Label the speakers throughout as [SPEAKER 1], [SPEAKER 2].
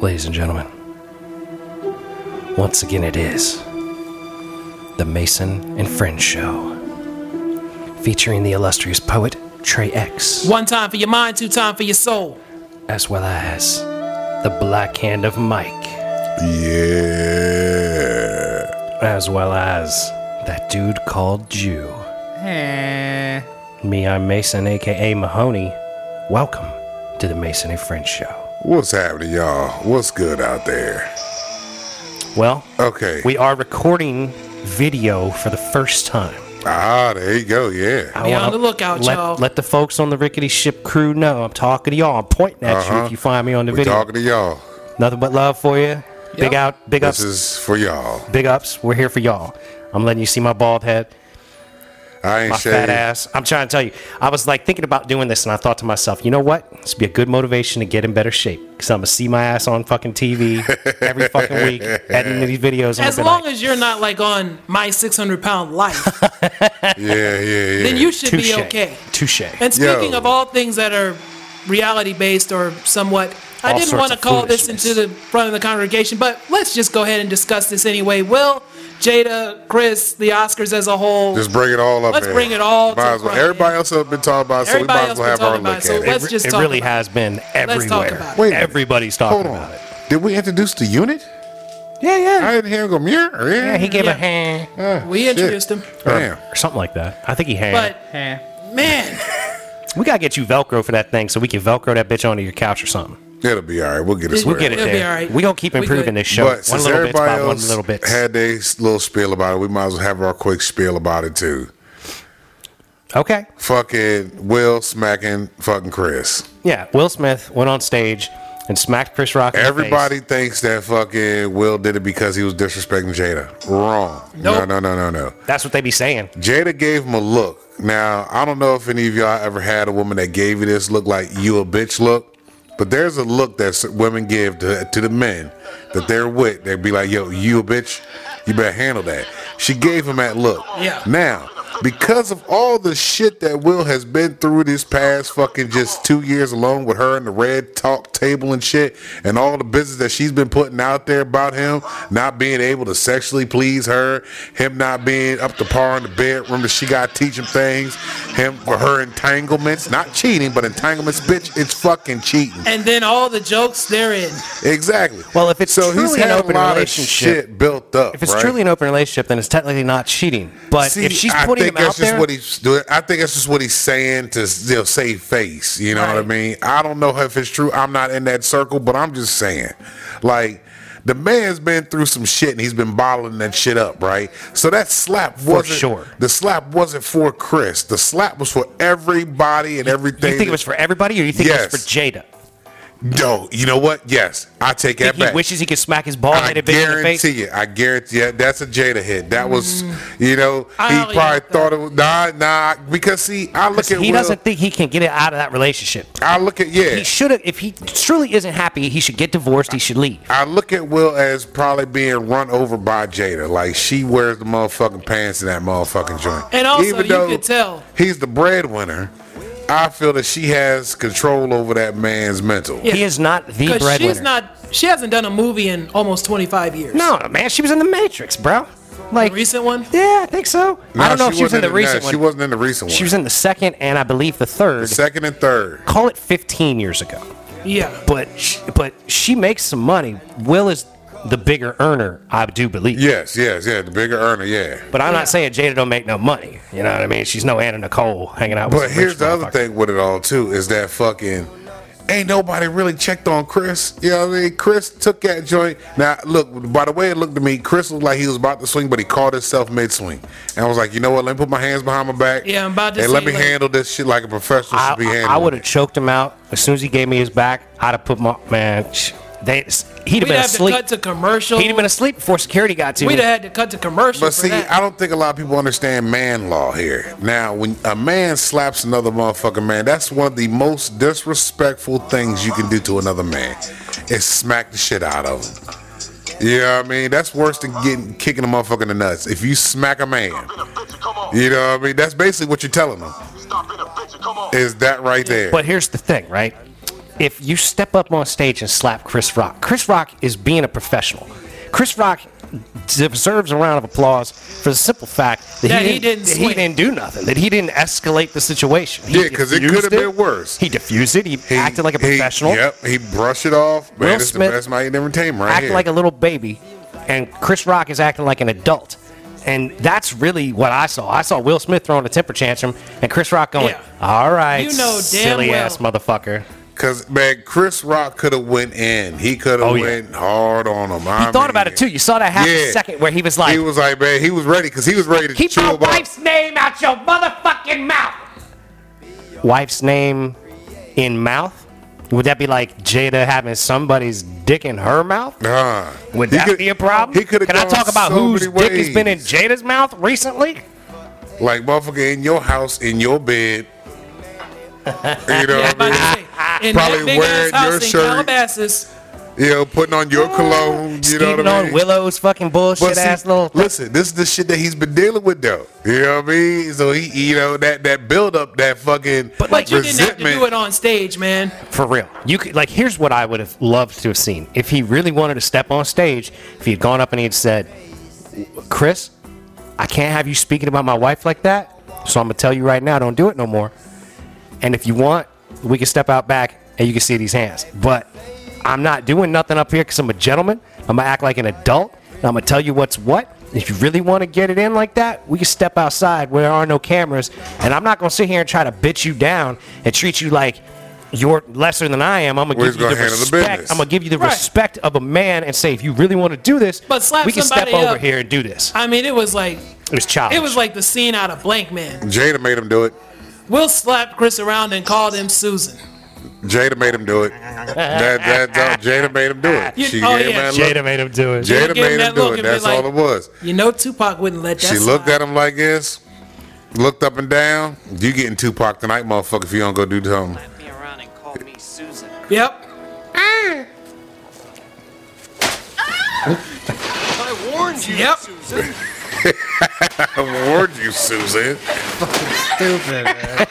[SPEAKER 1] Ladies and gentlemen, once again it is the Mason and Friends Show, featuring the illustrious poet Trey X,
[SPEAKER 2] One time for your mind, two time for your soul.
[SPEAKER 1] as well as the Black Hand of Mike,
[SPEAKER 3] Yeah.
[SPEAKER 1] as well as that dude called Jew. Me, I'm Mason, aka Mahoney. Welcome to the Mason and Friends Show.
[SPEAKER 3] What's happening, y'all? What's good out there?
[SPEAKER 1] Well,
[SPEAKER 3] Okay.
[SPEAKER 1] we are recording video for the first time.
[SPEAKER 3] ah, there you go. Yeah.
[SPEAKER 1] I
[SPEAKER 2] Be on
[SPEAKER 1] wanna
[SPEAKER 2] the lookout,
[SPEAKER 1] let,
[SPEAKER 2] y'all.
[SPEAKER 1] Let the folks on the rickety ship crew know I'm talking to y'all. I'm pointing at you if you find me on the
[SPEAKER 3] We're
[SPEAKER 1] video.
[SPEAKER 3] Uh-huh. talking to y'all.
[SPEAKER 1] Nothing but love for you. Big out, big ups,
[SPEAKER 3] This is for y'all.
[SPEAKER 1] big ups. We're here for y'all. I'm letting you see my bald head,
[SPEAKER 3] I ain't
[SPEAKER 1] my fat
[SPEAKER 3] shaved.
[SPEAKER 1] ass. I'm trying to tell you. I was like thinking about doing this, and I thought to myself, you know what? This would be a good motivation to get in better shape because I'm gonna see my ass on fucking TV every fucking week, editing these videos.
[SPEAKER 2] As long as you're not like on my 600 pound life,
[SPEAKER 3] Yeah, yeah, yeah.
[SPEAKER 2] then you should
[SPEAKER 1] touche,
[SPEAKER 2] be okay.
[SPEAKER 1] touche.
[SPEAKER 2] And speaking
[SPEAKER 3] Yo.
[SPEAKER 2] of all things that are reality based or somewhat, I
[SPEAKER 1] All
[SPEAKER 2] didn't
[SPEAKER 1] sorts
[SPEAKER 2] want to
[SPEAKER 1] of
[SPEAKER 2] call this
[SPEAKER 1] foolishness.
[SPEAKER 2] into the front of the congregation, but let's just go ahead and discuss this anyway. Will, Jada, Chris, the Oscars as a whole.
[SPEAKER 3] Just bring it all up.
[SPEAKER 2] Let's
[SPEAKER 3] in.
[SPEAKER 2] bring it all to
[SPEAKER 3] Might as
[SPEAKER 2] the
[SPEAKER 3] well.
[SPEAKER 2] front,
[SPEAKER 3] Everybody
[SPEAKER 2] yeah.
[SPEAKER 3] else have been talking about, it, so we
[SPEAKER 2] Everybody
[SPEAKER 3] might as
[SPEAKER 2] else
[SPEAKER 3] well
[SPEAKER 2] been
[SPEAKER 3] have our
[SPEAKER 2] talking
[SPEAKER 3] look
[SPEAKER 2] about
[SPEAKER 3] at
[SPEAKER 2] it, so
[SPEAKER 3] it.
[SPEAKER 2] let's just
[SPEAKER 1] it
[SPEAKER 2] talk
[SPEAKER 1] really
[SPEAKER 2] about
[SPEAKER 1] has been everywhere.
[SPEAKER 2] Let's talk about it.
[SPEAKER 3] Wait a minute.
[SPEAKER 1] Everybody's talking
[SPEAKER 3] Hold
[SPEAKER 1] about
[SPEAKER 3] on.
[SPEAKER 1] it.
[SPEAKER 3] Did we introduce the unit?
[SPEAKER 1] Yeah, yeah.
[SPEAKER 3] I didn't hear him go mute.
[SPEAKER 1] yeah, he gave
[SPEAKER 2] Yeah.
[SPEAKER 1] a hand
[SPEAKER 2] we introduced him.
[SPEAKER 3] Damn.
[SPEAKER 1] or something like that. I think he hand.
[SPEAKER 2] But,
[SPEAKER 4] Eh.
[SPEAKER 2] man,
[SPEAKER 1] We gotta get you Velcro for that thing so we can Velcro that bitch onto your couch or something.
[SPEAKER 3] It'll be all right. We'll get it.
[SPEAKER 1] We'll get it
[SPEAKER 2] It'll be
[SPEAKER 1] there.
[SPEAKER 2] all right.
[SPEAKER 1] We gonna keep
[SPEAKER 2] We
[SPEAKER 1] improving
[SPEAKER 2] good.
[SPEAKER 1] this show.
[SPEAKER 3] But
[SPEAKER 1] one
[SPEAKER 3] since
[SPEAKER 1] little bit
[SPEAKER 3] everybody
[SPEAKER 1] by one
[SPEAKER 3] else
[SPEAKER 1] little bit.
[SPEAKER 3] had their little spiel about it, we might as well have our quick spiel about it too.
[SPEAKER 1] okay.
[SPEAKER 3] Fucking Will smacking fucking Chris.
[SPEAKER 1] Yeah. Will Smith went on stage and smacked Chris Rock. in the
[SPEAKER 3] Everybody
[SPEAKER 1] face.
[SPEAKER 3] thinks that fucking Will did it because he was disrespecting Jada. Wrong.
[SPEAKER 2] Nope.
[SPEAKER 3] No, no, no, no, no.
[SPEAKER 1] That's what they be saying.
[SPEAKER 3] Jada gave him a look. Now, I don't know if any of y'all ever had a woman that gave you this look like you a bitch look, but there's a look that s- women give to, to the men that they're with. They'd be like, yo, you a bitch, you better handle that. She gave him that look.
[SPEAKER 2] Yeah.
[SPEAKER 3] Now, because of all the shit that Will has been through this past fucking just two years alone with her and the red talk table and shit, and all the business that she's been putting out there about him not being able to sexually please her, him not being up to par in the bedroom that she got to teach him things, him for her entanglements, not cheating, but entanglements, bitch, it's fucking cheating.
[SPEAKER 2] and then all the jokes therein.
[SPEAKER 3] Exactly.
[SPEAKER 1] Well, if it's truly an open relationship-
[SPEAKER 3] shit built up.
[SPEAKER 1] If it's
[SPEAKER 3] right?
[SPEAKER 1] truly an open relationship, then it's technically not cheating. But
[SPEAKER 3] See,
[SPEAKER 1] if she's
[SPEAKER 3] I
[SPEAKER 1] putting him
[SPEAKER 3] think
[SPEAKER 1] out
[SPEAKER 3] that's just
[SPEAKER 1] there,
[SPEAKER 3] what he's doing. I think that's just what he's saying to you know, save face. You know what I
[SPEAKER 2] Right.
[SPEAKER 3] mean? I don't know if it's true. I'm not in that circle, but I'm just saying, like. The man's been through some shit and he's been bottling that shit up, right? So that slap wasn't
[SPEAKER 1] sure.
[SPEAKER 3] the slap wasn't for Chris. The slap was for everybody and everything.
[SPEAKER 1] you think it was for everybody, or you think it
[SPEAKER 3] Yes.
[SPEAKER 1] was for Jada?
[SPEAKER 3] No, you know what? Yes, I take that
[SPEAKER 1] Think he
[SPEAKER 3] back.
[SPEAKER 1] wishes he could smack his bald
[SPEAKER 3] I
[SPEAKER 1] headed bitch in the face.
[SPEAKER 3] guarantee you. I guarantee you. That's a Jada hit. That was,
[SPEAKER 1] Mm-hmm.
[SPEAKER 3] you know,
[SPEAKER 2] I
[SPEAKER 3] he
[SPEAKER 2] don't
[SPEAKER 3] probably
[SPEAKER 2] like that.
[SPEAKER 3] thought it was nah, nah. Because see, I look at
[SPEAKER 1] He
[SPEAKER 3] Will,
[SPEAKER 1] doesn't think he can get it out of that relationship.
[SPEAKER 3] I look at yeah.
[SPEAKER 1] He should have. If he truly isn't happy, he should get divorced. He should leave.
[SPEAKER 3] I look at Will as probably being run over by Jada. Like she wears the motherfucking pants in that motherfucking joint.
[SPEAKER 2] And also,
[SPEAKER 3] Even
[SPEAKER 2] you
[SPEAKER 3] though
[SPEAKER 2] could tell.
[SPEAKER 3] he's the breadwinner. I feel that she has control over that man's mental.
[SPEAKER 2] Yeah.
[SPEAKER 1] He is not the
[SPEAKER 2] Because
[SPEAKER 1] breadwinner.
[SPEAKER 2] she's not, she hasn't done a movie in almost 25 years.
[SPEAKER 1] No, man, she was in the Matrix, bro. Like
[SPEAKER 2] The recent one?
[SPEAKER 1] Yeah, I think so. I don't know if she was in
[SPEAKER 3] wasn't
[SPEAKER 1] the recent
[SPEAKER 3] She
[SPEAKER 1] one.
[SPEAKER 3] wasn't in the recent one.
[SPEAKER 1] She was in the second and I believe the third.
[SPEAKER 3] second and third.
[SPEAKER 1] Call it 15 years ago.
[SPEAKER 2] Yeah.
[SPEAKER 1] But sh- but she makes some money. Will is the bigger earner, I do believe.
[SPEAKER 3] Yes, yes, yeah. The bigger earner, yeah.
[SPEAKER 1] But I'm not saying Jada don't make no money. You know what I mean? She's no Anna Nicole hanging out with.
[SPEAKER 3] But
[SPEAKER 1] some
[SPEAKER 3] here's
[SPEAKER 1] rich
[SPEAKER 3] the other
[SPEAKER 1] motherfucker.
[SPEAKER 3] thing with it all too is that fucking ain't nobody really checked on Chris. You know what I mean? Chris took that joint. Now look, by the way it looked to me, Chris looked like he was about to swing, but he caught himself mid swing. And I was like, you know what? Let me put my hands behind my back.
[SPEAKER 2] Yeah, I'm about to
[SPEAKER 3] And let
[SPEAKER 2] say,
[SPEAKER 3] me
[SPEAKER 2] like-
[SPEAKER 3] handle this shit like a professional should be
[SPEAKER 1] I,
[SPEAKER 3] handling.
[SPEAKER 1] I would have
[SPEAKER 3] it.
[SPEAKER 1] choked him out as soon as he gave me his back. I'd have put my man. sh- They, he'd have
[SPEAKER 2] We'd
[SPEAKER 1] been
[SPEAKER 2] have
[SPEAKER 1] asleep.
[SPEAKER 2] to cut to commercial.
[SPEAKER 1] He'd have been asleep before security got to
[SPEAKER 2] We'd
[SPEAKER 1] him.
[SPEAKER 2] have had to cut to commercial.
[SPEAKER 3] But
[SPEAKER 2] for
[SPEAKER 3] see,
[SPEAKER 2] that.
[SPEAKER 3] I don't think a lot of people understand man law here. Now, when a man slaps another motherfucking man, that's one of the most disrespectful things you can do to another man. Is smack the shit out of him. You know what I mean? That's worse than getting kicking a motherfucker in the nuts. If you smack a man, you know what I mean? That's basically what you're telling him. Is that right there?
[SPEAKER 1] But here's the thing, right? if you step up on stage and slap Chris Rock, Chris Rock is being a professional. Chris Rock deserves a round of applause for the simple fact that,
[SPEAKER 2] That he didn't
[SPEAKER 1] that
[SPEAKER 2] swing.
[SPEAKER 1] he didn't do nothing, that he didn't escalate the situation. He
[SPEAKER 3] Yeah, 'cause it
[SPEAKER 1] diffused
[SPEAKER 3] could have been worse.
[SPEAKER 1] He diffused it. He,
[SPEAKER 3] He-
[SPEAKER 1] acted like a
[SPEAKER 3] he-
[SPEAKER 1] professional.
[SPEAKER 3] yep, he brushed it off. Man,
[SPEAKER 1] Will
[SPEAKER 3] this is the
[SPEAKER 1] Smith
[SPEAKER 3] best night in entertainment right
[SPEAKER 1] acting
[SPEAKER 3] here.
[SPEAKER 1] like a little baby, and Chris Rock is acting like an adult. And that's really what I saw. I saw Will Smith throwing a temper tantrum, and Chris Rock going,
[SPEAKER 2] Yeah.
[SPEAKER 1] "All right,
[SPEAKER 2] You know damn
[SPEAKER 1] silly
[SPEAKER 2] well."
[SPEAKER 1] ass motherfucker."
[SPEAKER 3] Cause man, Chris Rock could have went in. He could have
[SPEAKER 1] Oh, yeah.
[SPEAKER 3] went hard on him.
[SPEAKER 1] He thought about it too. You saw that half a second where he was like,
[SPEAKER 3] he was like, man, he was ready because he was ready to
[SPEAKER 1] "Keep
[SPEAKER 3] chew
[SPEAKER 1] my
[SPEAKER 3] him up.
[SPEAKER 1] wife's name out your motherfucking mouth." Wife's name in mouth? Would that be like Jada having somebody's dick in her mouth?
[SPEAKER 3] Nah.
[SPEAKER 1] Would
[SPEAKER 3] He
[SPEAKER 1] that
[SPEAKER 3] could-
[SPEAKER 1] be a problem?
[SPEAKER 3] He could have
[SPEAKER 1] Can I talk about
[SPEAKER 3] so
[SPEAKER 1] whose
[SPEAKER 3] many
[SPEAKER 1] dick has been in
[SPEAKER 3] ways.
[SPEAKER 1] Jada's mouth recently?
[SPEAKER 3] like motherfucker in your house in your bed. you know
[SPEAKER 2] Yeah,
[SPEAKER 3] what
[SPEAKER 2] about to
[SPEAKER 3] I
[SPEAKER 2] say, in
[SPEAKER 3] Probably
[SPEAKER 2] that big ass
[SPEAKER 3] wearing your
[SPEAKER 2] house in
[SPEAKER 3] shirt.
[SPEAKER 2] Calabasas,
[SPEAKER 3] mean? You know, putting on your cologne. You know
[SPEAKER 1] Steven
[SPEAKER 3] what I
[SPEAKER 1] on
[SPEAKER 3] mean?
[SPEAKER 1] Willow's fucking bullshit
[SPEAKER 3] But see,
[SPEAKER 1] ass little.
[SPEAKER 3] listen, this is the shit that he's been dealing with though. You know what I mean? So he, you know, that that build up, that fucking
[SPEAKER 2] but like you didn't have
[SPEAKER 3] resentment.
[SPEAKER 2] to do it on stage, man.
[SPEAKER 1] For real, you could like. Here's what I would have loved to have seen if he really wanted to step on stage. If he had gone up and he had said, "Chris, I can't have you speaking about my wife like that, so I'm gonna tell you right now, don't do it no more." And if you want, we can step out back and you can see these hands. But I'm not doing nothing up here because I'm a gentleman. I'm gonna act like an adult. And I'm gonna tell you what's what. If you really want to get it in like that, we can step outside where there are no cameras. And I'm not gonna sit here and try to bitch you down and treat you like you're lesser than I am. I'm gonna
[SPEAKER 3] We're
[SPEAKER 1] give
[SPEAKER 3] just
[SPEAKER 1] you the
[SPEAKER 3] gonna handle the
[SPEAKER 1] respect.
[SPEAKER 3] business.
[SPEAKER 1] I'm gonna give you the
[SPEAKER 2] Right.
[SPEAKER 1] respect of a man and say, if you really want to do this,
[SPEAKER 2] But slap
[SPEAKER 1] we can step
[SPEAKER 2] somebody
[SPEAKER 1] over
[SPEAKER 2] up.
[SPEAKER 1] here and do this.
[SPEAKER 2] I mean, it was like
[SPEAKER 1] It was childish.
[SPEAKER 2] it was like the scene out of Blank Man.
[SPEAKER 3] Jada made him do it.
[SPEAKER 2] Will slapped Chris around and called him Susan.
[SPEAKER 3] Jada made him do it. That, that, that- Jada made him do it.
[SPEAKER 2] You-
[SPEAKER 3] she
[SPEAKER 2] oh,
[SPEAKER 3] gave
[SPEAKER 2] yeah.
[SPEAKER 3] him that look.
[SPEAKER 1] Jada made him do it.
[SPEAKER 3] Jada
[SPEAKER 2] Look at
[SPEAKER 3] made
[SPEAKER 2] that
[SPEAKER 3] him do
[SPEAKER 2] look
[SPEAKER 3] it.
[SPEAKER 2] and be
[SPEAKER 3] That's
[SPEAKER 2] like-
[SPEAKER 3] all it was.
[SPEAKER 2] You know, Tupac wouldn't let that.
[SPEAKER 3] She looked
[SPEAKER 2] slide.
[SPEAKER 3] at him like this, looked up and down. You getting Tupac tonight, motherfucker, if you don't go do something.
[SPEAKER 4] Slap me around and call me Susan.
[SPEAKER 2] Yep.
[SPEAKER 4] I warned you,
[SPEAKER 2] Yep.
[SPEAKER 4] Susan.
[SPEAKER 3] I warned you, Susan.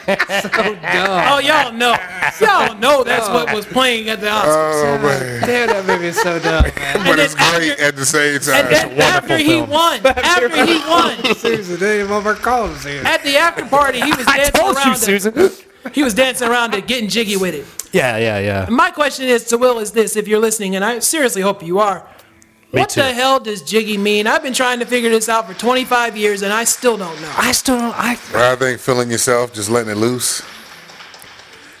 [SPEAKER 2] Oh, y'all know. Y'all know that's what
[SPEAKER 3] Uh,
[SPEAKER 2] was playing at the Oscars.
[SPEAKER 3] Oh, man.
[SPEAKER 5] Damn, that movie is so dumb. Man.
[SPEAKER 3] But
[SPEAKER 2] then
[SPEAKER 3] it's great
[SPEAKER 2] after-
[SPEAKER 3] at the same
[SPEAKER 2] and
[SPEAKER 3] time.
[SPEAKER 2] then after he
[SPEAKER 1] film.
[SPEAKER 2] won, after he won,
[SPEAKER 5] Seriously, they didn't even over call him serious.
[SPEAKER 2] at the after party, he was
[SPEAKER 1] I
[SPEAKER 2] dancing
[SPEAKER 1] told
[SPEAKER 2] around.
[SPEAKER 1] you,
[SPEAKER 2] it.
[SPEAKER 1] Susan.
[SPEAKER 2] He was dancing around it, getting jiggy with it.
[SPEAKER 1] Yeah, yeah, yeah.
[SPEAKER 2] My question is to Will is this: If you're listening, and I seriously hope you are,
[SPEAKER 1] Me
[SPEAKER 2] what
[SPEAKER 1] too.
[SPEAKER 2] the hell does jiggy mean? I've been trying to figure this out for 25 years, and I still don't know.
[SPEAKER 1] I still don't. I.
[SPEAKER 3] I think feeling yourself, just letting it loose.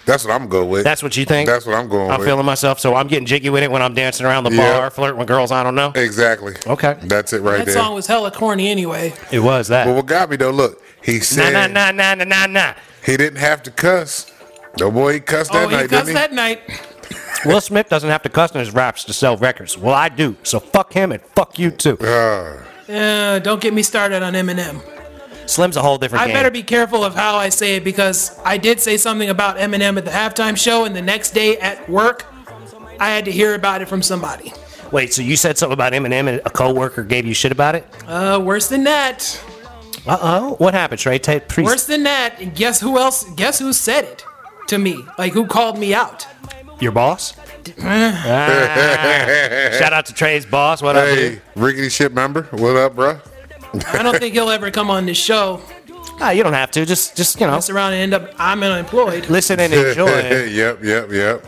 [SPEAKER 3] That's what I'm going with.
[SPEAKER 1] That's what you think.
[SPEAKER 3] That's what I'm going
[SPEAKER 1] I'm
[SPEAKER 3] with.
[SPEAKER 1] feeling myself, so I'm getting jiggy with it when I'm dancing around the
[SPEAKER 3] Yeah.
[SPEAKER 1] bar, flirting with girls I don't know.
[SPEAKER 3] exactly.
[SPEAKER 1] Okay.
[SPEAKER 3] That's it right
[SPEAKER 2] That
[SPEAKER 3] there.
[SPEAKER 2] song was hella corny anyway.
[SPEAKER 1] It was that.
[SPEAKER 3] but what got me though, look, he
[SPEAKER 1] Nah,
[SPEAKER 3] said
[SPEAKER 1] nah, nah, nah, nah, nah, nah.
[SPEAKER 3] he didn't have to cuss. No boy, he cussed
[SPEAKER 2] oh,
[SPEAKER 3] that
[SPEAKER 2] he
[SPEAKER 3] night, didn't
[SPEAKER 2] cussed
[SPEAKER 3] he?
[SPEAKER 2] that night.
[SPEAKER 1] Will Smith doesn't have to cuss in his raps to sell records. Well, I do, so fuck him and fuck you too.
[SPEAKER 2] Uh, don't get me started on Eminem.
[SPEAKER 1] Slim's a whole different
[SPEAKER 2] I
[SPEAKER 1] game.
[SPEAKER 2] better be careful of how I say it because I did say something about Eminem at the halftime show, and the next day at work, I had to hear about it from somebody.
[SPEAKER 1] Wait, so you said something about Eminem and a coworker gave you shit about it?
[SPEAKER 2] Uh, worse than that.
[SPEAKER 1] Uh oh. What happened, Trey? Ta- please.
[SPEAKER 2] Worse than that. And guess who else? Guess who said it to me? Like who called me out?
[SPEAKER 1] Your boss? Ah. Shout out to Trey's boss. What up,
[SPEAKER 3] Hey,
[SPEAKER 1] dude?
[SPEAKER 3] rickety shit member, what up, bruh?
[SPEAKER 2] I don't think he'll ever come on this show.
[SPEAKER 1] Ah, you don't have to. Just, just you know,
[SPEAKER 2] Mess around and end up I'm unemployed.
[SPEAKER 1] listen and enjoy.
[SPEAKER 3] yep, yep, yep.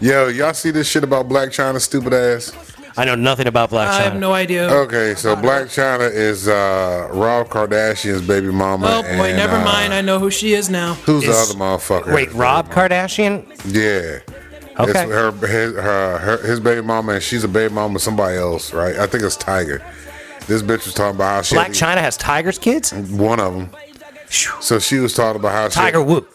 [SPEAKER 3] Yo, y'all see this shit about Black China, stupid ass?
[SPEAKER 1] I know nothing about Black
[SPEAKER 2] I
[SPEAKER 1] China.
[SPEAKER 2] have no idea.
[SPEAKER 3] Okay, so Black China is uh, Rob Kardashian's baby mama.
[SPEAKER 2] oh boy,
[SPEAKER 3] and,
[SPEAKER 2] never
[SPEAKER 3] uh,
[SPEAKER 2] mind. I know who she is now.
[SPEAKER 3] Who's the
[SPEAKER 1] Is-
[SPEAKER 3] other motherfucker?
[SPEAKER 1] Wait, Rob Kardashian?
[SPEAKER 3] Yeah.
[SPEAKER 1] Okay.
[SPEAKER 3] It's her, his, her, her, his baby mama, and she's a baby mama of somebody else, right? I think it's Tiger. This bitch was talking about how she
[SPEAKER 1] Black China has Tiger's kids?
[SPEAKER 3] one of them. So she was talking about how
[SPEAKER 1] Tiger Woo.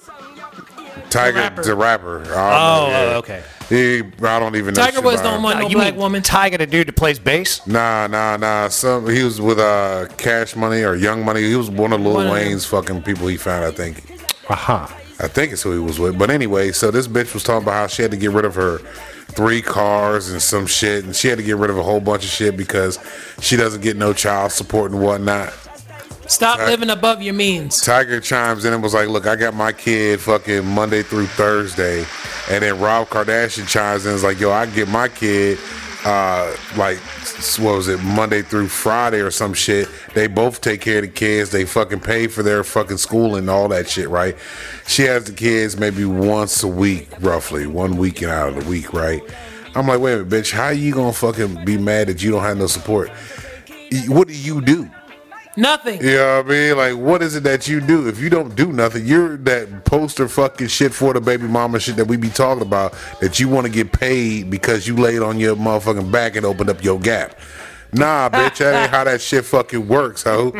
[SPEAKER 3] she, Tiger
[SPEAKER 2] The rapper.
[SPEAKER 3] the rapper. I don't
[SPEAKER 1] Oh,
[SPEAKER 3] know, yeah.
[SPEAKER 1] oh, okay.
[SPEAKER 3] He, I don't even know.
[SPEAKER 2] Tiger
[SPEAKER 3] shit
[SPEAKER 2] Woods
[SPEAKER 3] about
[SPEAKER 2] don't
[SPEAKER 3] him.
[SPEAKER 2] want no
[SPEAKER 1] Uh, you
[SPEAKER 2] black
[SPEAKER 1] mean
[SPEAKER 2] woman.
[SPEAKER 1] Tiger the dude that plays bass?
[SPEAKER 3] Nah, nah, nah. Some he was with uh Cash Money or Young Money. He was one of Lil
[SPEAKER 2] One of them.
[SPEAKER 3] Wayne's fucking people. He found, I think.
[SPEAKER 1] Uh-huh.
[SPEAKER 3] I think it's who he was with. But anyway, so this bitch was talking about how she had to get rid of her three cars and some shit, and she had to get rid of a whole bunch of shit because she doesn't get no child support and whatnot.
[SPEAKER 2] Stop living above your means.
[SPEAKER 3] Tiger chimes in and was like, "Look, I got my kid fucking Monday through Thursday, And then Rob Kardashian chimes in, is like, yo, I get my kid, uh, like, s- what was it, Monday through Friday or some shit. They both take care of the kids. They fucking pay for their fucking school and all that shit, right? She has the kids maybe once a week, roughly, one weekend out of the week, right? I'm like, wait a minute, bitch, how you gonna fucking be mad that you don't have no support? Y- What do you do?
[SPEAKER 2] Nothing.
[SPEAKER 3] You know what I mean? Like, what is it that you do? If you don't do nothing, you're that poster fucking shit for the baby mama shit that we be talking about that you want to get paid because you laid on your motherfucking back and opened up your gap. Nah, bitch, that ain't how that shit fucking works, ho.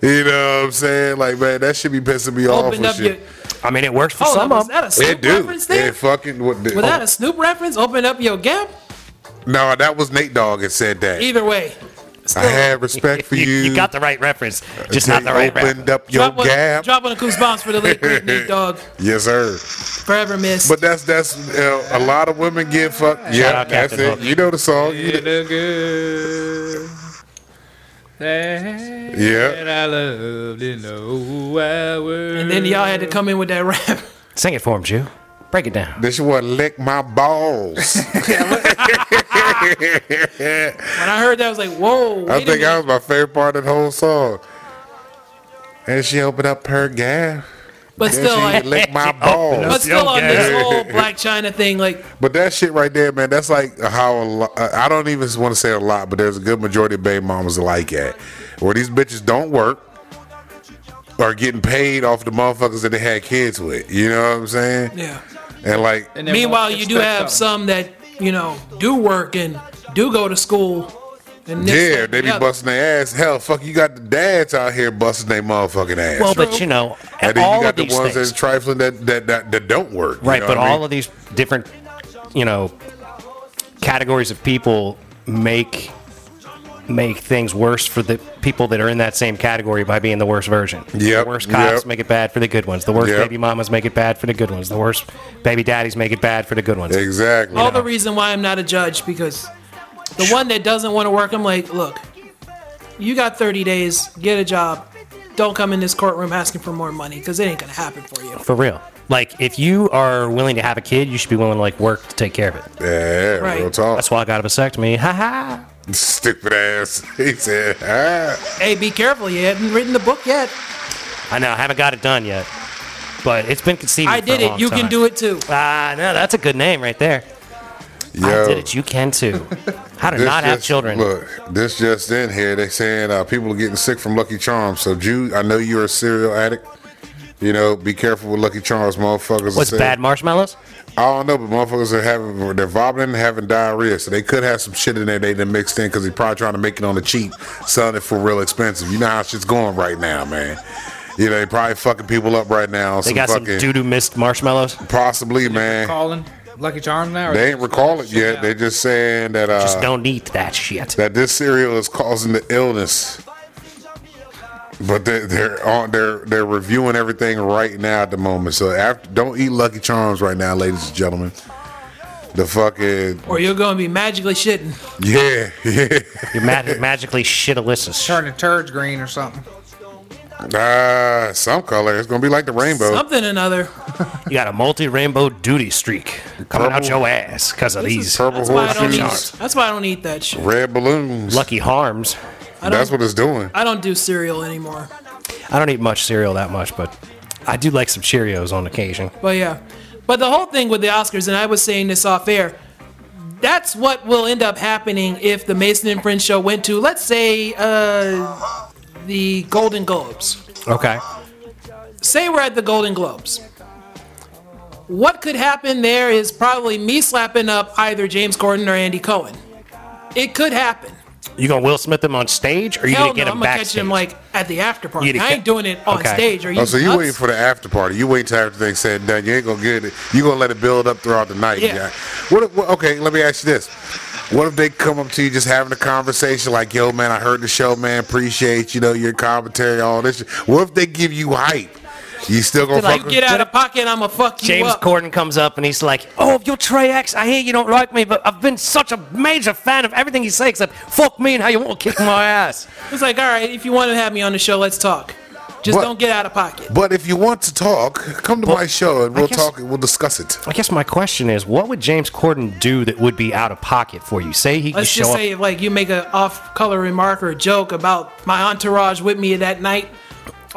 [SPEAKER 3] You know what I'm saying? Like, man, that should be pissing me off
[SPEAKER 2] Opened
[SPEAKER 3] and
[SPEAKER 2] up your.
[SPEAKER 3] shit.
[SPEAKER 1] I mean, it works for
[SPEAKER 2] Hold
[SPEAKER 1] some
[SPEAKER 2] on, was
[SPEAKER 1] of them.
[SPEAKER 2] that a Snoop
[SPEAKER 3] It do.
[SPEAKER 2] reference there?
[SPEAKER 3] It fucking what?
[SPEAKER 2] was that a Snoop reference? Open up your gap.
[SPEAKER 3] no, that was Nate Dogg that said that.
[SPEAKER 2] Either way,
[SPEAKER 3] I have respect for you. Uh,
[SPEAKER 1] You, you got the right reference, just
[SPEAKER 3] They
[SPEAKER 1] not the right reference.
[SPEAKER 3] Opened up your
[SPEAKER 2] drop one,
[SPEAKER 3] gap.
[SPEAKER 2] drop one of Coop's bombs for the late great Nate Dogg.
[SPEAKER 3] Yes, sir.
[SPEAKER 2] Forever missed.
[SPEAKER 3] But that's that's uh, a lot of women get fucked. Yeah,
[SPEAKER 1] out
[SPEAKER 3] that's
[SPEAKER 1] Captain
[SPEAKER 3] it.
[SPEAKER 1] Hook.
[SPEAKER 3] You know the song. You
[SPEAKER 5] You
[SPEAKER 3] know-
[SPEAKER 5] look good. That
[SPEAKER 3] Yeah.
[SPEAKER 5] I loved in no hour.
[SPEAKER 2] and then y'all had to come in with that rap.
[SPEAKER 1] Sing it for him, Jew. Break it down.
[SPEAKER 3] This one lick my balls.
[SPEAKER 2] When I heard that, I was like, whoa. Wait
[SPEAKER 3] I
[SPEAKER 2] a
[SPEAKER 3] think
[SPEAKER 2] minute.
[SPEAKER 3] that was my favorite part of the whole song. And she opened up her gap.
[SPEAKER 2] But
[SPEAKER 3] And
[SPEAKER 2] still,
[SPEAKER 3] she
[SPEAKER 2] like,
[SPEAKER 3] licked my
[SPEAKER 2] but
[SPEAKER 3] balls.
[SPEAKER 2] still on this
[SPEAKER 1] Yeah.
[SPEAKER 2] whole Black China thing, like,
[SPEAKER 3] But that shit right there, man, that's like how a lot, I don't even want to say a lot, but there's a good majority of baby mamas are like that. Where these bitches don't work, are getting paid off the motherfuckers that they had kids with. You know what I'm saying?
[SPEAKER 2] yeah.
[SPEAKER 3] And like,
[SPEAKER 5] And then
[SPEAKER 2] Meanwhile,
[SPEAKER 5] once
[SPEAKER 2] you
[SPEAKER 5] it's
[SPEAKER 2] do
[SPEAKER 5] stuck
[SPEAKER 2] have
[SPEAKER 5] up,
[SPEAKER 2] some that you know do work and do go to school. And this,
[SPEAKER 3] Yeah,
[SPEAKER 2] that,
[SPEAKER 3] they be
[SPEAKER 2] the other.
[SPEAKER 3] busting their ass. Hell, fuck, you got the dads out here busting their motherfucking ass.
[SPEAKER 1] Well, but you know,
[SPEAKER 3] and then
[SPEAKER 1] all
[SPEAKER 3] you got
[SPEAKER 1] of these
[SPEAKER 3] the ones
[SPEAKER 1] things,
[SPEAKER 3] that's trifling that that, that that don't work.
[SPEAKER 1] right? But all of these different, you know, categories of people make make things worse for the people that are in that same category by being the worst version. The
[SPEAKER 3] Yep,
[SPEAKER 1] worst cops
[SPEAKER 3] yep.
[SPEAKER 1] make it bad for the good ones. The worst
[SPEAKER 3] Yep.
[SPEAKER 1] baby mamas make it bad for the good ones. The worst baby daddies make it bad for the good ones.
[SPEAKER 3] exactly.
[SPEAKER 2] all the reason why I'm not a judge because the one that doesn't want to work, I'm like, look, you got 30 days, get a job. Don't come in this courtroom asking for more money because it ain't gonna happen for you.
[SPEAKER 1] For real. Like if you are willing to have a kid, you should be willing to like work to take care of it.
[SPEAKER 3] yeah,
[SPEAKER 2] Right.
[SPEAKER 3] real talk.
[SPEAKER 1] That's why I got a vasectomy. Ha ha.
[SPEAKER 3] Stupid ass. He said, ah.
[SPEAKER 2] Hey, be careful. You haven't written the book yet.
[SPEAKER 1] I know I haven't got it done yet, but it's been conceived.
[SPEAKER 2] I did it. You can do it too.
[SPEAKER 1] Ah, no, that's a good name right there.
[SPEAKER 3] yo.
[SPEAKER 1] I did it. You can too. How to
[SPEAKER 3] This
[SPEAKER 1] not have
[SPEAKER 3] just-
[SPEAKER 1] children.
[SPEAKER 3] Look, this just in here. They saying uh, people are getting sick from Lucky Charms. So, Jude, I know you're a cereal addict. You know, be careful with Lucky Charms, motherfuckers.
[SPEAKER 1] What's
[SPEAKER 3] It said-
[SPEAKER 1] bad marshmallows?
[SPEAKER 3] I don't know, but motherfuckers are having they're vomiting and having diarrhea, so they could have some shit in there they done mixed in because they probably trying to make it on the cheap, selling it for real expensive. You know how shit's going right now, man. You know they probably fucking people up right now.
[SPEAKER 1] They got some
[SPEAKER 3] fucking, Uh,
[SPEAKER 1] doo doo mist marshmallows.
[SPEAKER 3] possibly, man.
[SPEAKER 5] Calling Lucky Charms now. or
[SPEAKER 3] They ain't recall it yet.
[SPEAKER 5] Yeah.
[SPEAKER 3] They just saying that uh,
[SPEAKER 1] Just don't eat that shit.
[SPEAKER 3] that this cereal is causing the illness. But they're they're on they're they're reviewing everything right now at the moment. So after don't eat Lucky Charms right now, ladies and gentlemen. The fucking
[SPEAKER 2] Or you're gonna be magically shitting.
[SPEAKER 3] Yeah, yeah.
[SPEAKER 1] You're mag- magically shitalicious.
[SPEAKER 5] turn the turds green or something.
[SPEAKER 3] Ah, some color. It's gonna be like the rainbow.
[SPEAKER 2] Something or another.
[SPEAKER 1] You got a multi rainbow duty streak coming out
[SPEAKER 3] Purple.
[SPEAKER 1] your ass because of these
[SPEAKER 3] Purple
[SPEAKER 2] That's why I don't
[SPEAKER 3] horseshoes,
[SPEAKER 2] eat. That's why I don't eat that shit.
[SPEAKER 3] red balloons.
[SPEAKER 1] lucky harms.
[SPEAKER 2] I
[SPEAKER 3] That's
[SPEAKER 2] don't.
[SPEAKER 3] what it's doing.
[SPEAKER 2] I don't do cereal anymore.
[SPEAKER 1] I don't eat much cereal that much, but I do like some Cheerios on occasion.
[SPEAKER 2] But yeah, but the whole thing with the Oscars, and I was saying this off air, that's what will end up happening if the Mason and Friends show went to, let's say, uh, the Golden Globes.
[SPEAKER 1] Okay.
[SPEAKER 2] Say we're at the Golden Globes. What could happen there is probably me slapping up either James Corden or Andy Cohen. It could happen.
[SPEAKER 1] You gonna Will Smith him on stage, or you
[SPEAKER 2] Hell
[SPEAKER 1] gonna get
[SPEAKER 2] no,
[SPEAKER 1] him
[SPEAKER 2] I'm gonna
[SPEAKER 1] backstage?
[SPEAKER 2] catch him like at the after
[SPEAKER 1] You
[SPEAKER 2] party.
[SPEAKER 1] gonna
[SPEAKER 2] I ain't
[SPEAKER 1] ca-
[SPEAKER 2] doing it on
[SPEAKER 1] Okay.
[SPEAKER 2] stage. Are you?
[SPEAKER 3] Oh, so you
[SPEAKER 2] nuts?
[SPEAKER 3] waiting for the after party? You wait till everything's said and done. You ain't gonna get it. You gonna let it build up throughout the night.
[SPEAKER 2] Yeah.
[SPEAKER 3] What, if, what? Okay, let me ask you this. What if they come up to you just having a conversation like, "Yo, man, I heard the show, man. Appreciate you know your commentary, all this." shit. What if they give you hype? You still gonna
[SPEAKER 2] Like,
[SPEAKER 3] fuck
[SPEAKER 2] get out of pocket. I'ma fuck you
[SPEAKER 1] James
[SPEAKER 2] up.
[SPEAKER 1] Corden comes up and he's like, "Oh, you're Trey X. I hear you don't like me, but I've been such a major fan of everything you say except fuck me and how you want to kick my ass."
[SPEAKER 2] It's like, all right, if you want to have me on the show, let's talk. Just
[SPEAKER 3] But-
[SPEAKER 2] don't get out of pocket.
[SPEAKER 3] But if you want to talk, come to my show and
[SPEAKER 1] I
[SPEAKER 3] we'll
[SPEAKER 1] guess-
[SPEAKER 3] talk. We'll discuss it.
[SPEAKER 1] I guess my question is, what would James Corden do that would be out of pocket for you? Say he could
[SPEAKER 2] Let's
[SPEAKER 1] show
[SPEAKER 2] just
[SPEAKER 1] up.
[SPEAKER 2] say like you make an off-color remark or a joke about my entourage with me that night.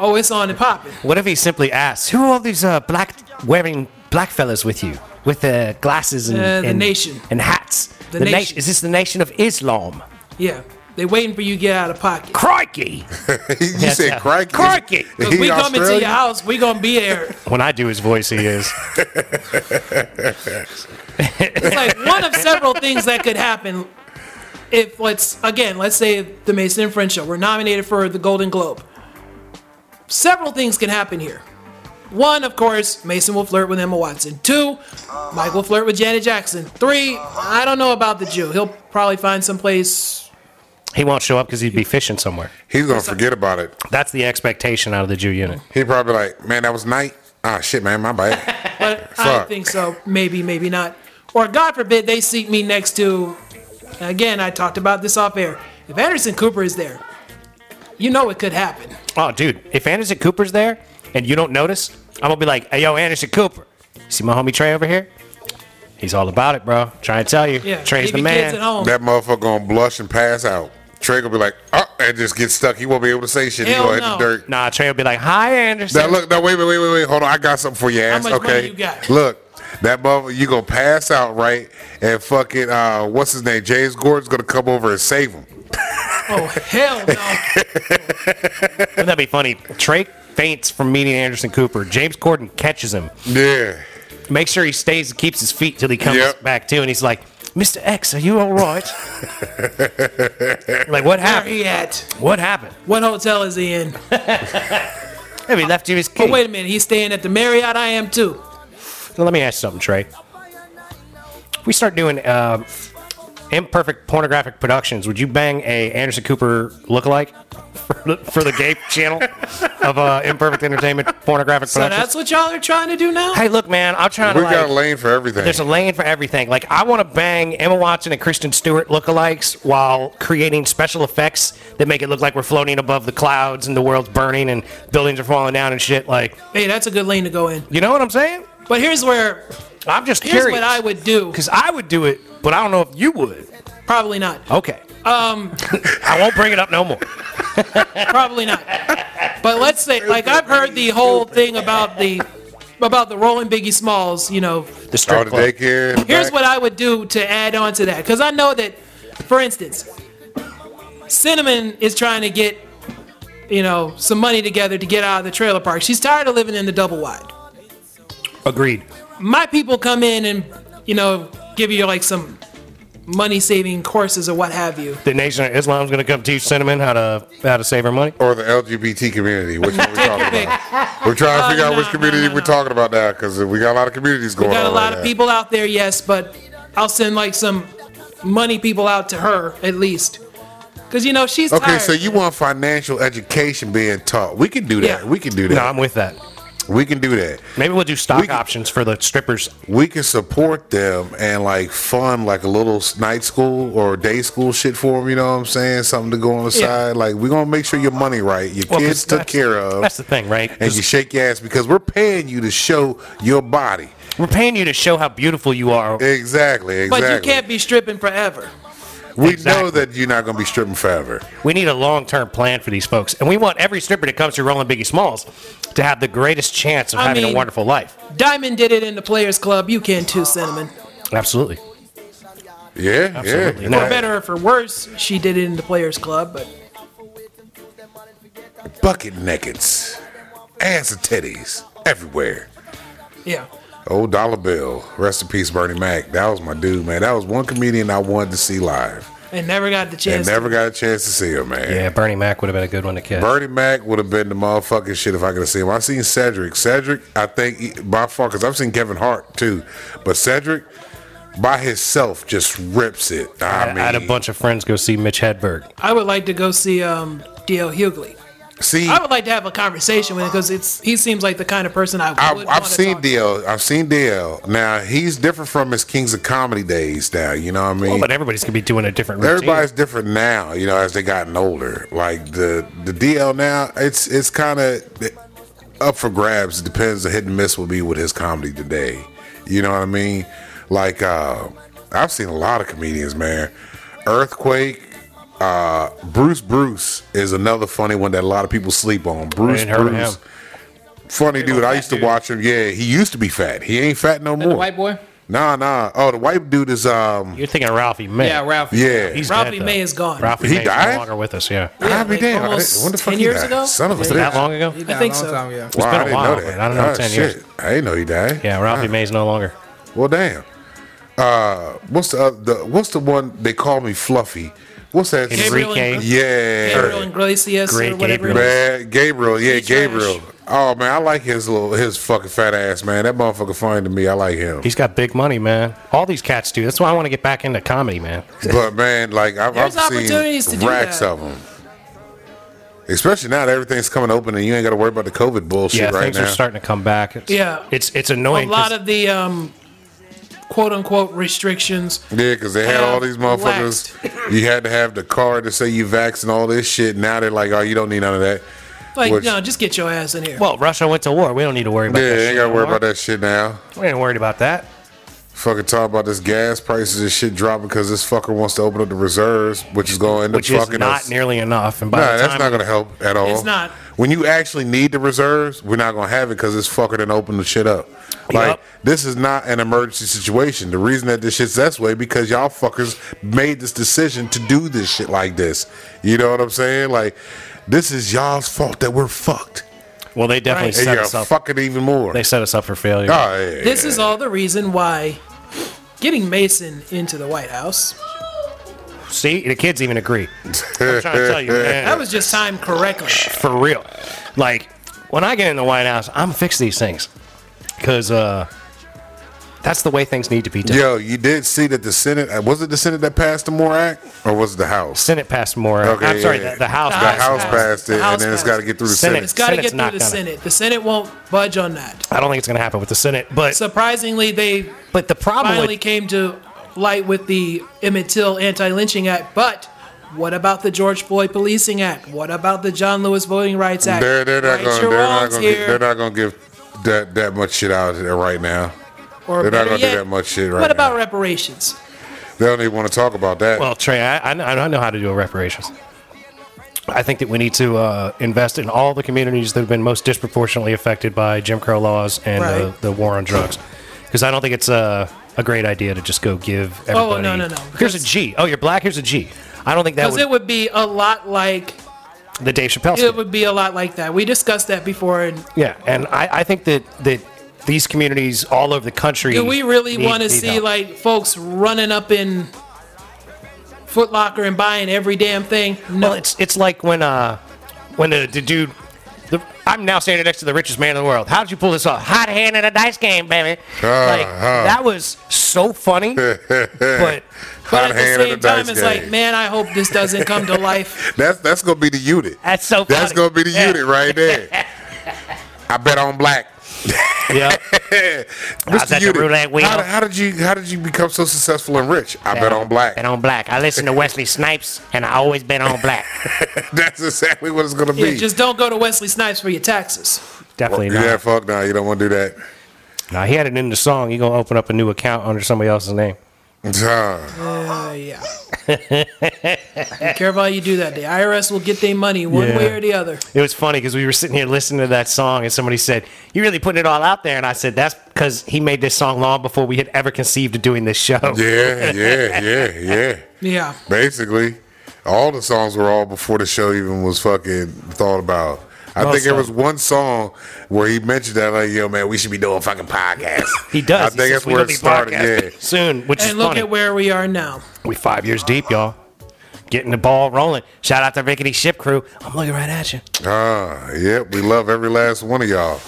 [SPEAKER 2] Oh, it's on and popping.
[SPEAKER 1] what if he simply asks, "Who are all these uh, black wearing black fellas with you, with uh, glasses and,
[SPEAKER 2] Uh, the
[SPEAKER 1] and-
[SPEAKER 2] nation.
[SPEAKER 1] and hats?
[SPEAKER 2] The
[SPEAKER 1] nat-
[SPEAKER 2] nation.
[SPEAKER 1] Is this the nation of Islam?
[SPEAKER 2] Yeah, they waiting for you to get out of pocket.
[SPEAKER 1] Crikey!
[SPEAKER 3] you said
[SPEAKER 1] yeah.
[SPEAKER 3] crikey.
[SPEAKER 1] Crikey!
[SPEAKER 2] 'Cause
[SPEAKER 3] He
[SPEAKER 2] we coming to
[SPEAKER 3] Australian?
[SPEAKER 2] your house, we gonna be there.
[SPEAKER 1] when I do his voice, he is.
[SPEAKER 2] It's like one of several things that could happen. If let's again, let's say the Mason and Friend show, we're nominated for the Golden Globe. Several things can happen here. One, of course, Mason will flirt with Emma Watson. Two, Mike will flirt with Janet Jackson. Three, I don't know about the Jew. He'll probably find someplace.
[SPEAKER 1] He won't show up because he'd be fishing somewhere.
[SPEAKER 3] He's gonna forget about it.
[SPEAKER 1] That's the expectation out of the Jew unit.
[SPEAKER 3] He probably like, man, that was night. Ah, shit, man, my bad.
[SPEAKER 2] But I don't
[SPEAKER 3] Fuck.
[SPEAKER 2] think so. Maybe, maybe not. Or God forbid they seat me next to. Again, I talked about this off air. If Anderson Cooper is there, you know it could happen.
[SPEAKER 1] Oh, dude, if Anderson Cooper's there and you don't notice, I'm gonna be like, "Hey, yo, Anderson Cooper, see my homie Trey over here? He's all about it, bro. Trying to tell you,
[SPEAKER 2] Yeah,
[SPEAKER 1] Trey's
[SPEAKER 2] leave
[SPEAKER 1] the
[SPEAKER 2] your Kids at
[SPEAKER 1] man."
[SPEAKER 2] home.
[SPEAKER 3] that motherfucker gonna blush and pass out. Trey gonna be like, oh, and just get stuck. He won't be able to say shit.
[SPEAKER 2] Hell
[SPEAKER 3] he gonna hit
[SPEAKER 2] no.
[SPEAKER 3] the dirt.
[SPEAKER 1] Nah, Trey will be like, "Hi,
[SPEAKER 3] Now
[SPEAKER 1] Anderson."
[SPEAKER 3] look, now wait, wait, wait, wait, wait. Hold on, I got something for your ass.
[SPEAKER 2] much money
[SPEAKER 3] okay,
[SPEAKER 2] you got?
[SPEAKER 3] look, that motherfucker, you gonna pass out right, and fucking uh, what's his name? James Gordon's gonna come over and save him.
[SPEAKER 2] Oh hell no!
[SPEAKER 1] Wouldn't that be funny? Trey faints from meeting Anderson Cooper. James Corden catches him.
[SPEAKER 3] Yeah,
[SPEAKER 1] Make sure he stays and keeps his feet till he comes
[SPEAKER 3] Yep.
[SPEAKER 1] back too, and he's like. Mr. X, are you all right? like, what
[SPEAKER 2] Where
[SPEAKER 1] happened?
[SPEAKER 2] he at?
[SPEAKER 1] What happened?
[SPEAKER 2] What hotel is he in?
[SPEAKER 1] Have he left you his key?
[SPEAKER 2] But wait a minute, he's staying at the Marriott. I am too.
[SPEAKER 1] Now, let me ask you something, Trey. If we start doing uh, imperfect pornographic productions, would you bang a Anderson Cooper lookalike for the, for the gay channel of uh, imperfect entertainment pornographic
[SPEAKER 2] So
[SPEAKER 1] productions?
[SPEAKER 2] that's what y'all are trying to do now.
[SPEAKER 1] hey, look, man, I'm trying
[SPEAKER 3] we
[SPEAKER 1] to. Like,
[SPEAKER 3] got a lane for everything.
[SPEAKER 1] there's a lane for everything. Like, I want to bang Emma Watson and Kristen Stewart lookalikes while creating special effects that make it look like we're floating above the clouds and the world's burning and buildings are falling down and shit. Like,
[SPEAKER 2] Hey, that's a good lane to go in.
[SPEAKER 1] you know what I'm saying?
[SPEAKER 2] But here's where
[SPEAKER 1] I'm just
[SPEAKER 2] here's
[SPEAKER 1] curious.
[SPEAKER 2] what I would do.
[SPEAKER 1] Because I would do it, but I don't know if you would.
[SPEAKER 2] Probably not.
[SPEAKER 1] Okay.
[SPEAKER 2] Um,
[SPEAKER 1] I won't bring it up no more.
[SPEAKER 2] probably not. But let's say, like I've heard the whole thing about the about the rolling Biggie Smalls. You know,
[SPEAKER 1] The
[SPEAKER 3] All
[SPEAKER 1] strip
[SPEAKER 3] the
[SPEAKER 1] club.
[SPEAKER 3] daycare. in the
[SPEAKER 2] Here's
[SPEAKER 3] back.
[SPEAKER 2] what I would do to add on to that, because I know that, for instance, Cinnamon is trying to get, you know, some money together to get out of the trailer park. She's tired of living in the double wide.
[SPEAKER 1] Agreed.
[SPEAKER 2] My people come in and, you know, give you like some money saving courses or what have you.
[SPEAKER 1] The Nation of Islam is going to come teach Cinnamon how to how to save her money.
[SPEAKER 3] or the LGBT community. Which one we talking
[SPEAKER 2] pick.
[SPEAKER 3] about? We're trying to
[SPEAKER 2] Uh,
[SPEAKER 3] figure out
[SPEAKER 2] no,
[SPEAKER 3] which
[SPEAKER 2] no,
[SPEAKER 3] community
[SPEAKER 2] no, no.
[SPEAKER 3] we're talking about now because we got a lot of communities going
[SPEAKER 2] We got a
[SPEAKER 3] on.
[SPEAKER 2] lot
[SPEAKER 3] right
[SPEAKER 2] of
[SPEAKER 3] now.
[SPEAKER 2] people out there, yes, but I'll send like some money people out to her at least, because you know she's
[SPEAKER 3] Okay,
[SPEAKER 2] tired.
[SPEAKER 3] so you want financial education being taught? We can do that.
[SPEAKER 2] Yeah.
[SPEAKER 3] We can do
[SPEAKER 1] No,
[SPEAKER 3] that.
[SPEAKER 1] I'm with that.
[SPEAKER 3] we can do that.
[SPEAKER 1] Maybe we'll do stock
[SPEAKER 3] We can-
[SPEAKER 1] options for the strippers.
[SPEAKER 3] we can support them and like fund like a little night school or day school shit for them. You know what I'm saying? Something to go on the
[SPEAKER 2] Yeah.
[SPEAKER 3] side. Like we're gonna make sure your money right, your
[SPEAKER 1] 'cause
[SPEAKER 3] kids took
[SPEAKER 1] that's-
[SPEAKER 3] care of,
[SPEAKER 1] That's the thing, right?
[SPEAKER 3] and you shake your ass because we're paying you to show your body.
[SPEAKER 1] We're paying you to show how beautiful you are.
[SPEAKER 3] Exactly,
[SPEAKER 2] but
[SPEAKER 3] exactly.
[SPEAKER 2] you can't be stripping forever.
[SPEAKER 3] we
[SPEAKER 1] Exactly.
[SPEAKER 3] know that you're not gonna be stripping forever.
[SPEAKER 1] We need a long term plan for these folks, and we want every stripper that comes through Rolling Biggie Smalls to have the greatest chance of
[SPEAKER 2] I
[SPEAKER 1] having a
[SPEAKER 2] mean-
[SPEAKER 1] wonderful life.
[SPEAKER 2] Diamond did it in the Players Club. You can too, Cinnamon.
[SPEAKER 1] Absolutely.
[SPEAKER 3] Yeah,
[SPEAKER 1] Absolutely.
[SPEAKER 3] yeah.
[SPEAKER 1] No.
[SPEAKER 2] For better or for worse, she did it in the Players Club. But
[SPEAKER 3] Bucket nakeds, ass and titties everywhere.
[SPEAKER 2] yeah,
[SPEAKER 3] Old Dollar Bill, rest in peace, Bernie Mac. That was my dude, man. That was one comedian I wanted to see live.
[SPEAKER 2] and never got the
[SPEAKER 3] and
[SPEAKER 2] chance.
[SPEAKER 3] never got a chance to see him, man.
[SPEAKER 1] Yeah, Bernie Mac would have been a good one to catch.
[SPEAKER 3] Bernie Mac would have been the motherfucking shit if I could have seen him. I seen Cedric. Cedric, I think he- by far, because I've seen Kevin Hart too, but Cedric by himself just rips it. I,
[SPEAKER 1] I, I
[SPEAKER 3] mean,
[SPEAKER 1] had a bunch of friends go see Mitch Hedberg.
[SPEAKER 2] I would like to go see um, D.L. Hughley.
[SPEAKER 3] See,
[SPEAKER 2] I would like to have a conversation with him because it's he seems like the kind of person I would.
[SPEAKER 3] I,
[SPEAKER 2] wanna
[SPEAKER 3] I've seen
[SPEAKER 2] talk to.
[SPEAKER 3] DL. I've seen DL. Now he's different from his Kings of Comedy days. Now you know what I mean.
[SPEAKER 1] Well, but everybody's gonna be doing a different routine.
[SPEAKER 3] Everybody's different now, you know, as they gotten older. Like the the DL now, it's it's kind of up for grabs. It depends. The hit and miss will be with his comedy today. You know what I mean? Like uh, I've seen a lot of comedians, man. Earthquake, uh, Bruce Bruce is another funny one that a lot of people sleep on. Bruce
[SPEAKER 1] ain't heard of
[SPEAKER 3] Bruce,
[SPEAKER 1] him.
[SPEAKER 3] funny dude. I
[SPEAKER 5] fat
[SPEAKER 3] used to
[SPEAKER 5] dude.
[SPEAKER 3] watch him. Yeah, he used to be fat. He ain't fat no
[SPEAKER 5] The
[SPEAKER 3] more.
[SPEAKER 5] white boy?
[SPEAKER 3] Nah, nah. Oh, the white dude is um.
[SPEAKER 1] You're thinking of Ralphie May.
[SPEAKER 5] Yeah, Ralph.
[SPEAKER 3] Yeah,
[SPEAKER 1] He's
[SPEAKER 2] Ralphie
[SPEAKER 1] dead, though.
[SPEAKER 2] May is gone.
[SPEAKER 1] Ralphie
[SPEAKER 3] He
[SPEAKER 1] May
[SPEAKER 3] died?
[SPEAKER 1] no longer with us. Yeah,
[SPEAKER 2] Yeah,
[SPEAKER 3] I'll be
[SPEAKER 2] like
[SPEAKER 3] damn. I
[SPEAKER 2] almost
[SPEAKER 3] didn't- When the fuck
[SPEAKER 2] 10
[SPEAKER 3] he
[SPEAKER 2] years
[SPEAKER 3] died?
[SPEAKER 2] ago?
[SPEAKER 3] Son of a
[SPEAKER 2] Yeah.
[SPEAKER 3] bitch.
[SPEAKER 1] that long ago.
[SPEAKER 5] He died
[SPEAKER 2] think
[SPEAKER 5] a long
[SPEAKER 2] so.
[SPEAKER 5] time ago.
[SPEAKER 1] been
[SPEAKER 3] Wow,
[SPEAKER 1] a
[SPEAKER 3] I didn't
[SPEAKER 1] while,
[SPEAKER 3] know that.
[SPEAKER 1] man. I don't know,
[SPEAKER 3] Ah,
[SPEAKER 1] 10
[SPEAKER 3] shit.
[SPEAKER 1] years.
[SPEAKER 3] I didn't know he died.
[SPEAKER 1] Yeah, Ralphie
[SPEAKER 3] Ah,
[SPEAKER 1] May's no longer.
[SPEAKER 3] Well, damn. Uh, what's the, other, the what's the one they call me Fluffy? What's that?
[SPEAKER 2] Gabriel
[SPEAKER 1] Enrique.
[SPEAKER 2] and- Gabriel
[SPEAKER 3] Yeah,
[SPEAKER 2] Iglesias
[SPEAKER 1] Great
[SPEAKER 2] or whatever.
[SPEAKER 1] Gabriel.
[SPEAKER 2] it is.
[SPEAKER 3] man, Gabriel. Yeah,
[SPEAKER 2] He's
[SPEAKER 3] Gabriel.
[SPEAKER 2] trash.
[SPEAKER 3] Oh man, I like his little his fucking fat ass man. That motherfucker funny to me. I like him.
[SPEAKER 1] He's got big money, man. All these cats do. That's why I want to get back into comedy, man.
[SPEAKER 3] But man, like I've, I've
[SPEAKER 2] There's
[SPEAKER 3] seen
[SPEAKER 2] opportunities to do
[SPEAKER 3] racks
[SPEAKER 2] that.
[SPEAKER 3] of them. Especially now that everything's coming open and you ain't got to worry about the COVID bullshit
[SPEAKER 1] yeah,
[SPEAKER 3] right
[SPEAKER 1] things
[SPEAKER 3] now.
[SPEAKER 1] are starting to come back. It's,
[SPEAKER 2] Yeah.
[SPEAKER 1] it's it's
[SPEAKER 2] A
[SPEAKER 1] annoying.
[SPEAKER 2] lot
[SPEAKER 1] 'cause
[SPEAKER 2] of the um, quote unquote restrictions.
[SPEAKER 3] Yeah, because they had
[SPEAKER 2] have
[SPEAKER 3] all these motherfuckers. You had to have the card to say you vaxxed and all this shit. Now they're like, oh, you don't need none of that.
[SPEAKER 2] Like,
[SPEAKER 3] Which-
[SPEAKER 2] no, just get your ass in here.
[SPEAKER 1] well, Russia went to war. We don't need to worry about
[SPEAKER 3] Yeah,
[SPEAKER 1] that.
[SPEAKER 3] ain't
[SPEAKER 1] shit
[SPEAKER 3] got to worry
[SPEAKER 1] anymore.
[SPEAKER 3] about that shit now.
[SPEAKER 1] We ain't worried about that.
[SPEAKER 3] Fucking talk about this gas prices and shit dropping because this fucker wants to open up the reserves, which is going to end up
[SPEAKER 1] Which is
[SPEAKER 3] fucking
[SPEAKER 1] not
[SPEAKER 3] us.
[SPEAKER 1] nearly enough. And by
[SPEAKER 3] nah,
[SPEAKER 1] the
[SPEAKER 3] that's
[SPEAKER 1] time
[SPEAKER 3] not going to help at all.
[SPEAKER 2] It's not.
[SPEAKER 3] When you actually need the reserves, we're not going to have it because this fucker didn't open the shit up. Like,
[SPEAKER 1] Yup.
[SPEAKER 3] this is not an emergency situation. The reason that this shit's this way because y'all fuckers made this decision to do this shit like this. You know what I'm saying? Like, this is y'all's fault that we're fucked.
[SPEAKER 1] well, they definitely
[SPEAKER 2] Right.
[SPEAKER 3] And
[SPEAKER 1] set
[SPEAKER 3] you're
[SPEAKER 1] us up.
[SPEAKER 3] fucking even more.
[SPEAKER 1] They set us up for failure.
[SPEAKER 3] Oh, yeah,
[SPEAKER 2] This is
[SPEAKER 3] yeah.
[SPEAKER 2] all the reason why getting Mason into the White House.
[SPEAKER 1] See, the kids even agree. I'm trying to tell you, man.
[SPEAKER 2] That was just timed correctly.
[SPEAKER 1] for real. Like when I get in the White House, I'm fix these things because uh, that's the way things need to be done.
[SPEAKER 3] Yo, you did see that the Senate uh, was it the Senate that passed the Moore Act or was it the House?
[SPEAKER 1] Senate passed more.
[SPEAKER 3] Okay,
[SPEAKER 1] I'm sorry,
[SPEAKER 3] yeah.
[SPEAKER 1] the, the House.
[SPEAKER 2] The
[SPEAKER 3] The
[SPEAKER 1] passed
[SPEAKER 2] House
[SPEAKER 3] House
[SPEAKER 1] more.
[SPEAKER 3] passed
[SPEAKER 2] The
[SPEAKER 3] it,
[SPEAKER 2] House
[SPEAKER 3] and then it's
[SPEAKER 2] passed
[SPEAKER 3] got to
[SPEAKER 2] it.
[SPEAKER 3] get through the
[SPEAKER 1] Senate.
[SPEAKER 3] Senate.
[SPEAKER 2] It's got to
[SPEAKER 1] Senate's
[SPEAKER 2] get
[SPEAKER 1] not
[SPEAKER 2] through the
[SPEAKER 1] gonna-
[SPEAKER 2] Senate. The Senate won't budge on that.
[SPEAKER 1] I don't think it's going to happen with the Senate, but
[SPEAKER 2] Surprisingly, they
[SPEAKER 1] but the problem
[SPEAKER 2] finally
[SPEAKER 1] with
[SPEAKER 2] came to light with the Emmett Till Anti-Lynching Act, but what about the George Floyd Policing Act? What about the John Lewis Voting Rights Act?
[SPEAKER 3] They're, they're
[SPEAKER 2] Right
[SPEAKER 3] not going.
[SPEAKER 2] your
[SPEAKER 3] They're not
[SPEAKER 2] wrongs
[SPEAKER 3] going. They're
[SPEAKER 2] here,
[SPEAKER 3] not going to give that that much shit out there right now.
[SPEAKER 2] or
[SPEAKER 3] they're not
[SPEAKER 2] better
[SPEAKER 3] gonna do
[SPEAKER 2] yet,
[SPEAKER 3] that much shit right
[SPEAKER 2] What about
[SPEAKER 3] now.
[SPEAKER 2] reparations?
[SPEAKER 3] They don't even want to talk about that.
[SPEAKER 1] well, Trey, I, I know- I know how to do a reparations. I think that we need to uh, invest in all the communities that have been most disproportionately affected by Jim Crow laws and
[SPEAKER 2] Right.
[SPEAKER 1] the, the war on drugs, because I don't think it's a, a great idea to just go give
[SPEAKER 2] Oh,
[SPEAKER 1] everybody.
[SPEAKER 2] no, no, no,
[SPEAKER 1] Here's a
[SPEAKER 2] because-
[SPEAKER 1] G. Oh, you're black. Here's a G. I don't think that
[SPEAKER 2] Because
[SPEAKER 1] would,
[SPEAKER 2] it would be a lot like
[SPEAKER 1] the Dave Chappelle. skit.
[SPEAKER 2] it would be a lot like that. We discussed that before, and
[SPEAKER 1] Yeah, and I, I think that that these communities all over the country.
[SPEAKER 2] do we really
[SPEAKER 1] need-
[SPEAKER 2] want to
[SPEAKER 1] need
[SPEAKER 2] see
[SPEAKER 1] help.
[SPEAKER 2] like folks running up in Foot Locker and buying every damn thing? No,
[SPEAKER 1] Well, it's it's like when uh when the, the dude. The, I'm now standing next to the richest man in the world. How did you pull this off? Hot hand in a dice game, baby. like
[SPEAKER 3] Uh-huh.
[SPEAKER 1] that was so funny, but
[SPEAKER 3] Hot
[SPEAKER 2] but at the
[SPEAKER 3] hand in
[SPEAKER 2] same
[SPEAKER 3] the dice
[SPEAKER 2] time, it's
[SPEAKER 3] game.
[SPEAKER 2] like, man, I hope this doesn't come to life.
[SPEAKER 3] that's that's going to be the unit.
[SPEAKER 1] that's so. Funny.
[SPEAKER 3] That's going to be the
[SPEAKER 1] Yeah.
[SPEAKER 3] unit right there. I bet on black.
[SPEAKER 1] Yeah,
[SPEAKER 3] Mr.
[SPEAKER 1] at the
[SPEAKER 3] Unit,
[SPEAKER 1] roulette wheel.
[SPEAKER 3] How, how did you how did you become so successful and rich? I bet on black.
[SPEAKER 1] and on black. I listen to Wesley Snipes, and I always been on black.
[SPEAKER 3] That's exactly what it's going to be.
[SPEAKER 2] Yeah, just don't go to Wesley Snipes for your taxes.
[SPEAKER 1] Definitely not.
[SPEAKER 3] yeah, fuck no, you don't want to do that.
[SPEAKER 1] Now he had it in the song. You gonna open up a new account under somebody else's name?
[SPEAKER 3] Huh.
[SPEAKER 2] Uh, yeah. Be careful how you do that. The IRS will get their money one
[SPEAKER 1] Yeah.
[SPEAKER 2] way or the other.
[SPEAKER 1] It was funny because we were sitting here listening to that song, and somebody said, "You really putting it all out there." And I said, "That's because he made this song long before we had ever conceived of doing this show."
[SPEAKER 3] Yeah, yeah, yeah, yeah.
[SPEAKER 2] Yeah.
[SPEAKER 3] Basically, all the songs were all before the show even was fucking thought about. I
[SPEAKER 1] Most
[SPEAKER 3] think there
[SPEAKER 1] of
[SPEAKER 3] was
[SPEAKER 1] them.
[SPEAKER 3] one song where he mentioned that, like, yo, man, we should be doing fucking podcasts.
[SPEAKER 1] He does.
[SPEAKER 3] I
[SPEAKER 1] He
[SPEAKER 3] think
[SPEAKER 1] says
[SPEAKER 3] that's
[SPEAKER 1] we
[SPEAKER 3] where
[SPEAKER 1] will
[SPEAKER 3] it
[SPEAKER 1] be
[SPEAKER 3] started. Yeah.
[SPEAKER 1] podcasting Soon, which is
[SPEAKER 2] And look
[SPEAKER 1] funny.
[SPEAKER 2] at where we are now.
[SPEAKER 1] we five years deep, y'all. Getting the ball rolling. Shout out to Rickety Ship Crew. I'm looking right at you.
[SPEAKER 3] Ah, yep. We love every last one of y'all.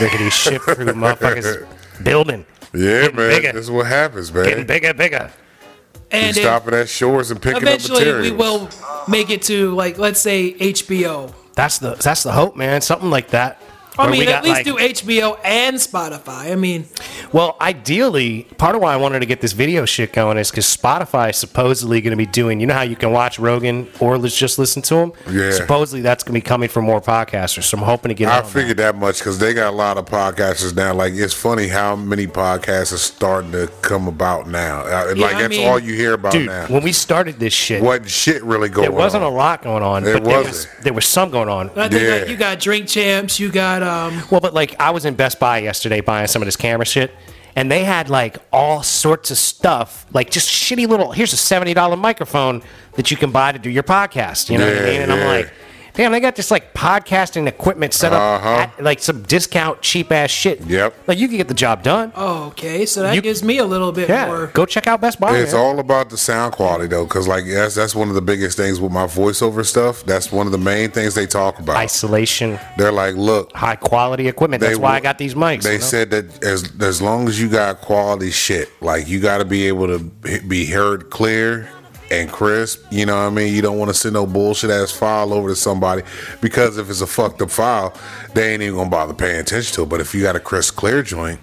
[SPEAKER 1] Rickety Ship Crew, motherfuckers. Building,
[SPEAKER 3] Yeah, man.
[SPEAKER 1] bigger.
[SPEAKER 3] This is what happens,
[SPEAKER 1] getting
[SPEAKER 3] man.
[SPEAKER 1] bigger, bigger.
[SPEAKER 2] And
[SPEAKER 3] you
[SPEAKER 2] if-
[SPEAKER 3] stopping at Shores and picking up
[SPEAKER 2] eventually we
[SPEAKER 3] materials.
[SPEAKER 2] will make it to like let's say HBO.
[SPEAKER 1] That's the that's the hope, man. Something like that.
[SPEAKER 2] I
[SPEAKER 1] Where we
[SPEAKER 2] mean, at
[SPEAKER 1] got,
[SPEAKER 2] least
[SPEAKER 1] like-
[SPEAKER 2] do HBO and Spotify. I mean,
[SPEAKER 1] Well, ideally, part of why I wanted to get this video shit going is because Spotify is supposedly going to be doing. You know how you can watch Rogan or let's just listen to him.
[SPEAKER 3] Yeah.
[SPEAKER 1] Supposedly that's going to be coming from more podcasters. So I'm hoping to get.
[SPEAKER 3] I
[SPEAKER 1] in on
[SPEAKER 3] figured that much because they got a lot of podcasters now. Like it's funny how many podcasts are starting to come about now. Uh,
[SPEAKER 2] Yeah,
[SPEAKER 3] like
[SPEAKER 2] I
[SPEAKER 3] that's
[SPEAKER 2] mean-
[SPEAKER 3] all you hear about
[SPEAKER 1] that. dude.
[SPEAKER 3] now.
[SPEAKER 1] When we started this shit,
[SPEAKER 3] Wasn't shit really going?
[SPEAKER 1] there wasn't
[SPEAKER 3] on.
[SPEAKER 1] a lot going on.
[SPEAKER 3] There
[SPEAKER 1] but there was
[SPEAKER 3] wasn't.
[SPEAKER 1] there was some going on.
[SPEAKER 2] I think like,
[SPEAKER 3] Yeah.
[SPEAKER 2] you got Drink Champs, you got um,
[SPEAKER 1] Well, but like I was in Best Buy yesterday buying some of this camera shit, and they had like all sorts of stuff, like just shitty little. Here's a seventy dollar microphone that you can buy to do your podcast. You know what I
[SPEAKER 3] Yeah,
[SPEAKER 1] mean? And
[SPEAKER 3] yeah.
[SPEAKER 1] I'm like, damn, they got this like podcasting equipment set up,
[SPEAKER 3] Uh-huh.
[SPEAKER 1] at, like some discount cheap ass shit.
[SPEAKER 3] Yep.
[SPEAKER 1] Like you can get the job done.
[SPEAKER 2] oh, okay, so that
[SPEAKER 1] You-
[SPEAKER 2] gives me a little bit
[SPEAKER 1] yeah.
[SPEAKER 2] more.
[SPEAKER 1] Go check out Best Buy.
[SPEAKER 3] It's
[SPEAKER 1] man.
[SPEAKER 3] all about the sound quality though, because like that's that's one of the biggest things with my voiceover stuff. That's one of the main things they talk about.
[SPEAKER 1] isolation,
[SPEAKER 3] They're like, look,
[SPEAKER 1] high quality equipment.
[SPEAKER 3] They
[SPEAKER 1] That's why
[SPEAKER 3] wa-
[SPEAKER 1] I got these mics.
[SPEAKER 3] They
[SPEAKER 1] you know?
[SPEAKER 3] said that as as long as you got quality shit, like you got to be able to b- be heard clear and crisp. You know what I mean? You don't want to send no bullshit ass file over to somebody because if it's a fucked up file, they ain't even gonna bother paying attention to it. But if you got a crisp, clear joint,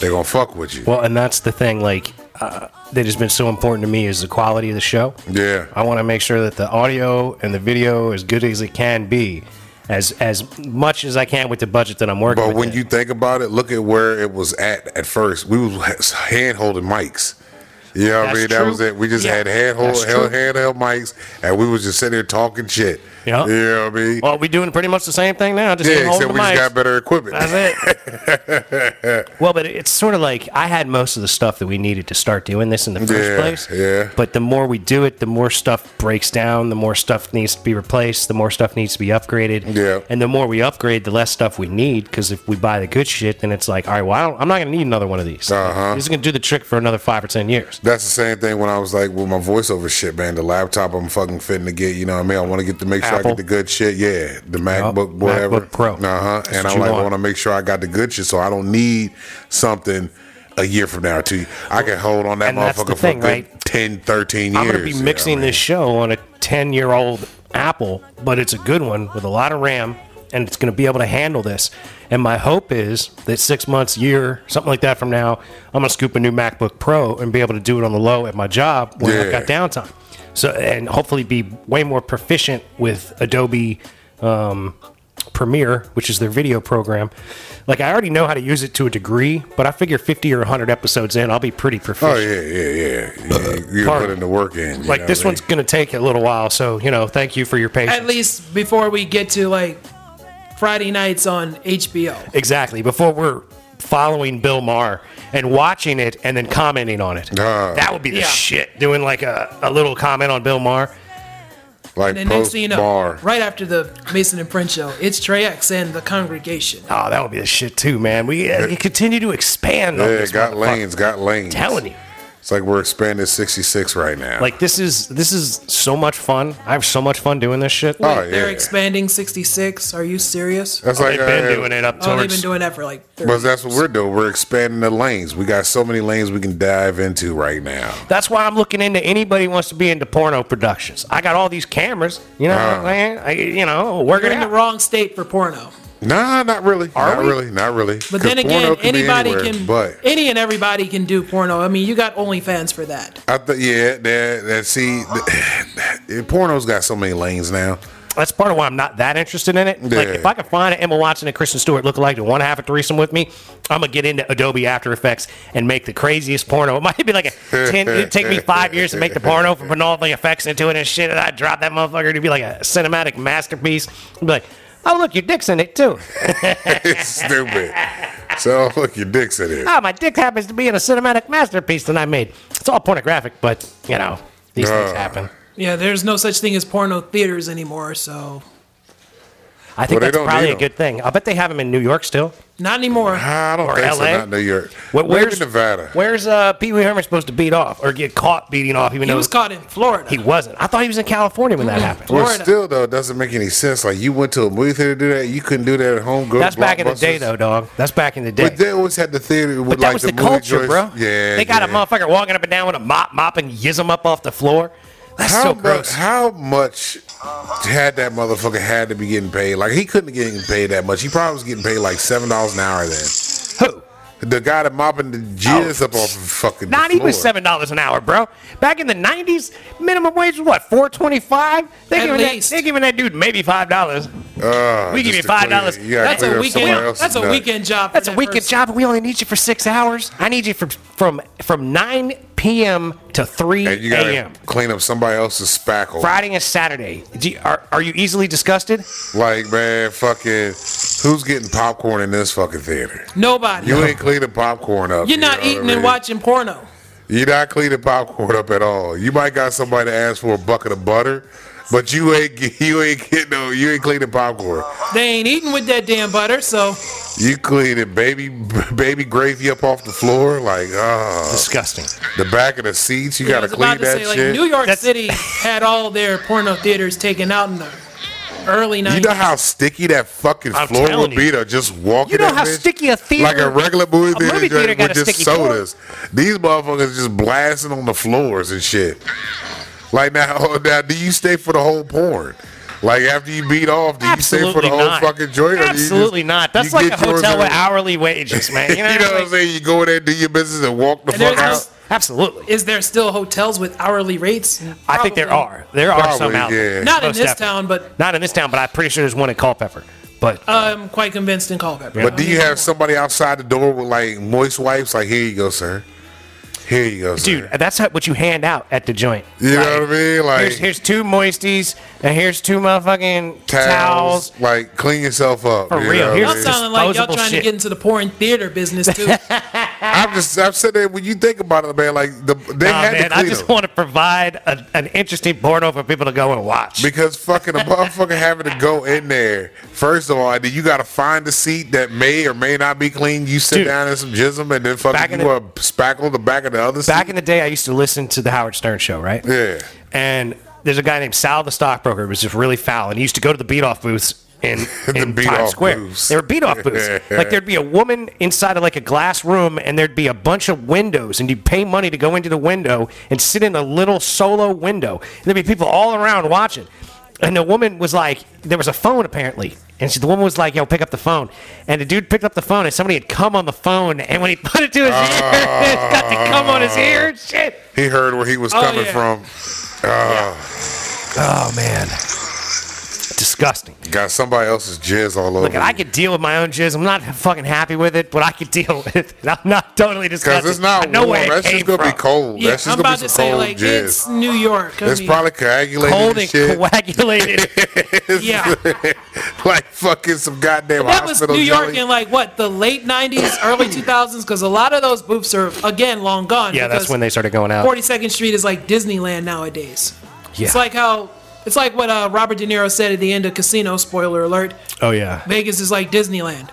[SPEAKER 3] they gonna fuck with you.
[SPEAKER 1] Well, and that's the thing, like, uh, that has been so important to me is the quality of the show.
[SPEAKER 3] Yeah.
[SPEAKER 1] I want to make sure that the audio and the video as good as it can be, as as much as I can with the budget that I'm working
[SPEAKER 3] But
[SPEAKER 1] with
[SPEAKER 3] when
[SPEAKER 1] it.
[SPEAKER 3] you think about it, look at where it was at at first. We was hand holding mics. You know what I
[SPEAKER 1] That's
[SPEAKER 3] mean? That
[SPEAKER 1] true.
[SPEAKER 3] was it. We just
[SPEAKER 1] Yeah,
[SPEAKER 3] had hand
[SPEAKER 1] that's
[SPEAKER 3] hold, held,
[SPEAKER 1] true.
[SPEAKER 3] handheld mics, and we was just sitting there talking shit.
[SPEAKER 1] Yeah.
[SPEAKER 3] You know what I mean?
[SPEAKER 1] Well, we're doing pretty much the same thing now. Just
[SPEAKER 3] yeah,
[SPEAKER 1] hold
[SPEAKER 3] except
[SPEAKER 1] the
[SPEAKER 3] we just
[SPEAKER 1] mics.
[SPEAKER 3] got better equipment.
[SPEAKER 1] That's it. well, but it's sort of like I had most of the stuff that we needed to start doing this in the first
[SPEAKER 3] Yeah,
[SPEAKER 1] place.
[SPEAKER 3] yeah.
[SPEAKER 1] But the more we do it, the more stuff breaks down, the more stuff needs to be replaced, the more stuff needs to be upgraded.
[SPEAKER 3] Yeah.
[SPEAKER 1] And the more we upgrade, the less stuff we need because if we buy the good shit, then it's like, all right, well, I don't, I'm not going to need another one of these.
[SPEAKER 3] Uh-huh.
[SPEAKER 1] This is going to do the trick for another five or 10 years.
[SPEAKER 3] That's the same thing when I was like with my voiceover shit, man. The laptop I'm fucking fitting to get, you know what I mean? I want to get to make sure I
[SPEAKER 1] Apple.
[SPEAKER 3] get the good shit. Yeah, the MacBook, whatever.
[SPEAKER 1] MacBook Pro.
[SPEAKER 3] Uh huh.
[SPEAKER 1] That's
[SPEAKER 3] And
[SPEAKER 1] what
[SPEAKER 3] I
[SPEAKER 1] you
[SPEAKER 3] like
[SPEAKER 1] want.
[SPEAKER 3] want to make sure I got the good shit, so I don't need something a year from now. To I can hold on that
[SPEAKER 1] And that's the
[SPEAKER 3] motherfucker
[SPEAKER 1] thing,
[SPEAKER 3] for a
[SPEAKER 1] right?
[SPEAKER 3] good 10, 13 years.
[SPEAKER 1] I'm going to be
[SPEAKER 3] you know
[SPEAKER 1] mixing
[SPEAKER 3] what I mean?
[SPEAKER 1] this show on a 10 year old Apple, but it's a good one with a lot of RAM, and it's going to be able to handle this. And my hope is that six months, year, something like that from now, I'm going to scoop a new MacBook Pro and be able to do it on the low at my job when I've
[SPEAKER 3] Yeah.
[SPEAKER 1] got downtime. So, and hopefully be way more proficient with Adobe um, Premiere, which is their video program. Like, I already know how to use it to a degree, but I figure 50 or 100 episodes in, I'll be pretty proficient
[SPEAKER 3] Oh yeah, yeah, yeah. You, you
[SPEAKER 1] Pardon.
[SPEAKER 3] put in the work in. you
[SPEAKER 1] like
[SPEAKER 3] know
[SPEAKER 1] this
[SPEAKER 3] what I
[SPEAKER 1] one's gonna take a little while so you know thank you for your patience
[SPEAKER 2] At least before we get to like Friday nights on HBO.
[SPEAKER 1] exactly before we're following bill maher and watching it and then commenting on it
[SPEAKER 3] Ah.
[SPEAKER 1] that would be the
[SPEAKER 2] Yeah.
[SPEAKER 1] shit doing like a, a little comment on bill maher
[SPEAKER 3] mean?
[SPEAKER 2] And
[SPEAKER 3] like
[SPEAKER 2] the next
[SPEAKER 3] post
[SPEAKER 2] thing you know,
[SPEAKER 3] bar.
[SPEAKER 2] right after the Mason and Prince show, it's Trey X and the congregation.
[SPEAKER 1] oh that would be the shit too man we, uh, we continue to expand on
[SPEAKER 3] Yeah,
[SPEAKER 1] this
[SPEAKER 3] got
[SPEAKER 1] motherfucker.
[SPEAKER 3] lanes, got lanes.
[SPEAKER 1] I'm telling you
[SPEAKER 3] It's like we're expanding 66 right now.
[SPEAKER 1] like this is this is so much fun i have so much fun doing this shit
[SPEAKER 3] Oh,
[SPEAKER 2] Like, They're
[SPEAKER 3] yeah.
[SPEAKER 2] expanding 66. Are you serious?
[SPEAKER 3] that's
[SPEAKER 1] oh, they've been doing it up
[SPEAKER 2] Oh, they've been
[SPEAKER 1] towards
[SPEAKER 2] doing that for like 30
[SPEAKER 3] But that's what we're doing. We're expanding the lanes. We got so many lanes we can dive into right now.
[SPEAKER 1] That's why I'm looking into anybody who wants to be into porno productions. I got all these cameras, you know. what I'm
[SPEAKER 3] Uh.
[SPEAKER 1] saying? I, you know, we're
[SPEAKER 2] You're in the
[SPEAKER 1] gonna.
[SPEAKER 2] wrong state for porno.
[SPEAKER 3] Nah, not really.
[SPEAKER 1] Are
[SPEAKER 3] not
[SPEAKER 1] we?
[SPEAKER 3] really. Not really.
[SPEAKER 2] But
[SPEAKER 3] 'Cause
[SPEAKER 2] then
[SPEAKER 3] porno
[SPEAKER 2] again,
[SPEAKER 3] can be
[SPEAKER 2] anybody
[SPEAKER 3] anywhere,
[SPEAKER 2] can,
[SPEAKER 3] But
[SPEAKER 2] any and everybody can do porno. I mean, you got OnlyFans for that.
[SPEAKER 3] I thought, yeah, that that see, th- porno's got so many lanes now.
[SPEAKER 1] That's part of why I'm not that interested in it. Like,
[SPEAKER 3] Yeah.
[SPEAKER 1] if I can find an Emma Watson and Kristen Stewart lookalike to want to have a threesome with me, I'm gonna get into Adobe After Effects and make the craziest porno. It might be like a ten. It'd take me five years to make the porno from putting all the effects into it and shit. And I drop that motherfucker to be like a cinematic masterpiece. I'd be like, oh look, your dick's in it too.
[SPEAKER 3] It's stupid. So look, your dick's in it.
[SPEAKER 1] oh, my dick happens to be in a cinematic masterpiece that I made. It's all pornographic, but you know these things
[SPEAKER 3] Uh.
[SPEAKER 1] happen.
[SPEAKER 2] Yeah, there's no such thing as porno theaters anymore, so
[SPEAKER 1] I think
[SPEAKER 3] Well, they
[SPEAKER 1] that's
[SPEAKER 3] don't
[SPEAKER 1] probably
[SPEAKER 3] need
[SPEAKER 1] a good thing. I bet they have them in New York still.
[SPEAKER 2] Not anymore.
[SPEAKER 3] I don't
[SPEAKER 1] Or
[SPEAKER 3] think so.
[SPEAKER 1] LA?
[SPEAKER 3] Not New York.
[SPEAKER 1] Where-
[SPEAKER 3] Maybe
[SPEAKER 1] where's
[SPEAKER 3] Nevada?
[SPEAKER 1] Where's uh, Pee Wee Herman supposed to beat off or get caught beating off? Even
[SPEAKER 2] He
[SPEAKER 1] though
[SPEAKER 2] was caught in Florida.
[SPEAKER 1] He wasn't. I thought he was in California when that happened.
[SPEAKER 3] Well,
[SPEAKER 2] Florida.
[SPEAKER 3] still though, it doesn't make any sense. Like you went to a movie theater to do that, you couldn't do that at home. Go
[SPEAKER 1] That's
[SPEAKER 3] to
[SPEAKER 1] back in the day,
[SPEAKER 3] Blockbusters.
[SPEAKER 1] though, dog. That's back in the day.
[SPEAKER 3] But they always had the theater
[SPEAKER 1] But
[SPEAKER 3] with like
[SPEAKER 1] that was
[SPEAKER 3] the,
[SPEAKER 1] the,
[SPEAKER 3] movie
[SPEAKER 1] culture,
[SPEAKER 3] joints.
[SPEAKER 1] bro.
[SPEAKER 3] Yeah,
[SPEAKER 1] they got a
[SPEAKER 3] yeah.
[SPEAKER 1] motherfucker walking up and down with a mop, mopping, yism up off the floor. That's
[SPEAKER 3] How
[SPEAKER 1] so
[SPEAKER 3] mu-
[SPEAKER 1] gross.
[SPEAKER 3] how much had that motherfucker had to be getting paid? Like he couldn't get getting paid that much. He probably was getting paid like seven dollars an hour then.
[SPEAKER 1] Who?
[SPEAKER 3] The guy that mopping the jizz up off the fucking
[SPEAKER 1] Not
[SPEAKER 3] the
[SPEAKER 1] even
[SPEAKER 3] floor.
[SPEAKER 1] seven dollars an hour, bro. Back in the nineties, minimum wage was what four twenty five. They
[SPEAKER 2] At
[SPEAKER 1] giving
[SPEAKER 2] least.
[SPEAKER 1] that they giving that dude maybe five dollars.
[SPEAKER 3] Uh,
[SPEAKER 1] We give
[SPEAKER 3] just
[SPEAKER 1] you
[SPEAKER 3] to clear-
[SPEAKER 1] $5.
[SPEAKER 3] you gotta
[SPEAKER 2] That's
[SPEAKER 3] clear
[SPEAKER 2] a
[SPEAKER 3] up somewhere
[SPEAKER 2] weekend.
[SPEAKER 3] else's
[SPEAKER 2] That's a
[SPEAKER 3] nut.
[SPEAKER 2] weekend job. for
[SPEAKER 1] That's a
[SPEAKER 2] that
[SPEAKER 1] weekend
[SPEAKER 2] person.
[SPEAKER 1] job, and we only need you for six hours. I need you from from from nine p.m. to three
[SPEAKER 3] And you gotta
[SPEAKER 1] a.m.
[SPEAKER 3] clean up somebody else's spackle.
[SPEAKER 1] Friday and Saturday. Do you, are are you easily disgusted?
[SPEAKER 3] Like man, fucking, who's getting popcorn in this fucking theater?
[SPEAKER 2] Nobody.
[SPEAKER 3] You ain't cleaning popcorn up.
[SPEAKER 2] You're
[SPEAKER 3] you
[SPEAKER 2] not
[SPEAKER 3] know what I
[SPEAKER 2] eating and
[SPEAKER 3] mean?
[SPEAKER 2] watching porno.
[SPEAKER 3] You're not cleaning popcorn up at all. You might got somebody to ask for a bucket of butter, but you ain't get- you ain't getting no you ain't cleaning popcorn.
[SPEAKER 2] They ain't eating with that damn butter, so
[SPEAKER 3] You cleaning baby baby gravy up off the floor like ah
[SPEAKER 1] Disgusting.
[SPEAKER 3] the back of the seats. You
[SPEAKER 2] I
[SPEAKER 3] gotta
[SPEAKER 2] was
[SPEAKER 3] clean
[SPEAKER 2] about to
[SPEAKER 3] that
[SPEAKER 2] say, like
[SPEAKER 3] shit.
[SPEAKER 2] New York
[SPEAKER 1] That's-
[SPEAKER 2] City had all their porno theaters taken out in the early 90s.
[SPEAKER 3] you know how sticky that fucking
[SPEAKER 1] I'm
[SPEAKER 3] floor
[SPEAKER 1] telling
[SPEAKER 3] would be
[SPEAKER 1] you.
[SPEAKER 3] to just walking.
[SPEAKER 1] You know
[SPEAKER 3] that
[SPEAKER 1] how
[SPEAKER 3] bitch?
[SPEAKER 1] sticky a theater-
[SPEAKER 3] like a regular movie
[SPEAKER 1] a
[SPEAKER 3] theater,
[SPEAKER 1] movie theater
[SPEAKER 3] joint
[SPEAKER 1] got
[SPEAKER 3] with
[SPEAKER 1] a
[SPEAKER 3] just
[SPEAKER 1] sticky floor.
[SPEAKER 3] sodas. These motherfuckers just blasting on the floors and shit. Like now, now do you stay for the whole porn? Like after you beat off, do you stay for the
[SPEAKER 1] Absolutely
[SPEAKER 3] whole
[SPEAKER 1] not.
[SPEAKER 3] fucking joint? or do you
[SPEAKER 1] Absolutely
[SPEAKER 3] just-
[SPEAKER 1] not. That's
[SPEAKER 3] you
[SPEAKER 1] like a
[SPEAKER 3] get yours
[SPEAKER 1] hotel with
[SPEAKER 3] and-
[SPEAKER 1] hourly wages, man. You know,
[SPEAKER 3] you know what I'm
[SPEAKER 1] like-
[SPEAKER 3] saying? You go in there, do your business, and walk the
[SPEAKER 2] And
[SPEAKER 3] fuck
[SPEAKER 2] there's
[SPEAKER 3] out.
[SPEAKER 2] just-
[SPEAKER 1] Absolutely.
[SPEAKER 2] Is there still hotels with hourly rates?
[SPEAKER 1] I think there
[SPEAKER 2] Probably.
[SPEAKER 1] are. There are some
[SPEAKER 3] Probably,
[SPEAKER 1] out there.
[SPEAKER 3] yeah.
[SPEAKER 2] Not in
[SPEAKER 1] Most
[SPEAKER 2] this
[SPEAKER 1] definitely.
[SPEAKER 2] town, but
[SPEAKER 1] Not in this town, but I'm pretty sure there's one in Culpeper. But
[SPEAKER 2] I'm quite convinced in Culpeper.
[SPEAKER 3] But do you have somebody outside the door with like moist wipes? Like here you go, sir. Here you go, sir.
[SPEAKER 1] dude, that's how, what you hand out at the joint.
[SPEAKER 3] you know what I mean? Like
[SPEAKER 1] Here's, here's two moisties, and here's two motherfucking towels.
[SPEAKER 3] towels, like clean yourself up.
[SPEAKER 1] For
[SPEAKER 3] you
[SPEAKER 1] real,
[SPEAKER 3] know what I
[SPEAKER 1] here's
[SPEAKER 2] Y'all
[SPEAKER 1] It's
[SPEAKER 3] mean?
[SPEAKER 2] sounding like y'all
[SPEAKER 1] disposable
[SPEAKER 2] trying to
[SPEAKER 1] shit.
[SPEAKER 2] get into the porn theater business too.
[SPEAKER 3] I'm just I'm sitting there when you think about it, man. Like the they
[SPEAKER 1] Nah,
[SPEAKER 3] had
[SPEAKER 1] man,
[SPEAKER 3] to
[SPEAKER 1] I
[SPEAKER 3] clean
[SPEAKER 1] just
[SPEAKER 3] them
[SPEAKER 1] want to provide a, an interesting porno for people to go and watch.
[SPEAKER 3] because fucking a motherfucker having to go in there first of all, and then you got to find a seat that may or may not be clean. You sit
[SPEAKER 1] Dude.
[SPEAKER 3] down in some jism, and then
[SPEAKER 1] Back
[SPEAKER 3] fucking
[SPEAKER 1] in
[SPEAKER 3] you
[SPEAKER 1] the-
[SPEAKER 3] want to spackle the back of the other
[SPEAKER 1] Back
[SPEAKER 3] seat.
[SPEAKER 1] in the day, I used to listen to the Howard Stern show, right?
[SPEAKER 3] Yeah.
[SPEAKER 1] And there's a guy named Sal the stockbroker who was just really foul, and he used to go to the beat off booths in,
[SPEAKER 3] The
[SPEAKER 1] in
[SPEAKER 3] beat
[SPEAKER 1] Times
[SPEAKER 3] off
[SPEAKER 1] Square.
[SPEAKER 3] booths.
[SPEAKER 1] They were beat off booths. like there'd be a woman inside of like a glass room, and there'd be a bunch of windows, and you'd pay money to go into the window and sit in a little solo window. And there'd be people all around watching. And the woman was like, there was a phone apparently. And she, the woman was like, yo, pick up the phone. And the dude picked up the phone, and somebody had come on the phone, and when he put it to his ear, it got to come on his ear and shit.
[SPEAKER 3] He heard where he was
[SPEAKER 2] Oh,
[SPEAKER 3] coming
[SPEAKER 2] yeah.
[SPEAKER 3] from. Uh,
[SPEAKER 1] Oh man, disgusting.
[SPEAKER 3] Got somebody else's jizz all over.
[SPEAKER 1] Look, I could deal with my own jizz. I'm not fucking happy with it, but I could deal with it. I'm not totally disgusted.
[SPEAKER 3] because it's not
[SPEAKER 1] I know
[SPEAKER 3] warm.
[SPEAKER 1] where it
[SPEAKER 3] That's
[SPEAKER 1] came
[SPEAKER 3] just gonna be
[SPEAKER 1] from.
[SPEAKER 3] cold.
[SPEAKER 2] yeah,
[SPEAKER 3] That's just
[SPEAKER 2] I'm
[SPEAKER 3] gonna
[SPEAKER 2] about
[SPEAKER 3] be
[SPEAKER 2] to
[SPEAKER 3] some
[SPEAKER 2] say
[SPEAKER 3] cold
[SPEAKER 2] like
[SPEAKER 3] jizz.
[SPEAKER 2] it's New York. I
[SPEAKER 3] it's
[SPEAKER 2] mean,
[SPEAKER 3] probably coagulated
[SPEAKER 1] Cold
[SPEAKER 3] and
[SPEAKER 1] and
[SPEAKER 3] shit.
[SPEAKER 1] coagulated.
[SPEAKER 2] yeah.
[SPEAKER 3] like fucking some goddamn
[SPEAKER 2] That was
[SPEAKER 3] hospital
[SPEAKER 2] New York
[SPEAKER 3] jelly.
[SPEAKER 2] in like what the late '90s, early 2000s, because a lot of those booths are again long gone.
[SPEAKER 1] yeah, that's
[SPEAKER 2] because
[SPEAKER 1] when they started going out.
[SPEAKER 2] 42nd Street is like Disneyland nowadays.
[SPEAKER 1] Yeah.
[SPEAKER 2] It's like how it's like what uh, Robert De Niro said at the end of Casino. Spoiler alert:
[SPEAKER 1] oh yeah.
[SPEAKER 2] Vegas is like Disneyland.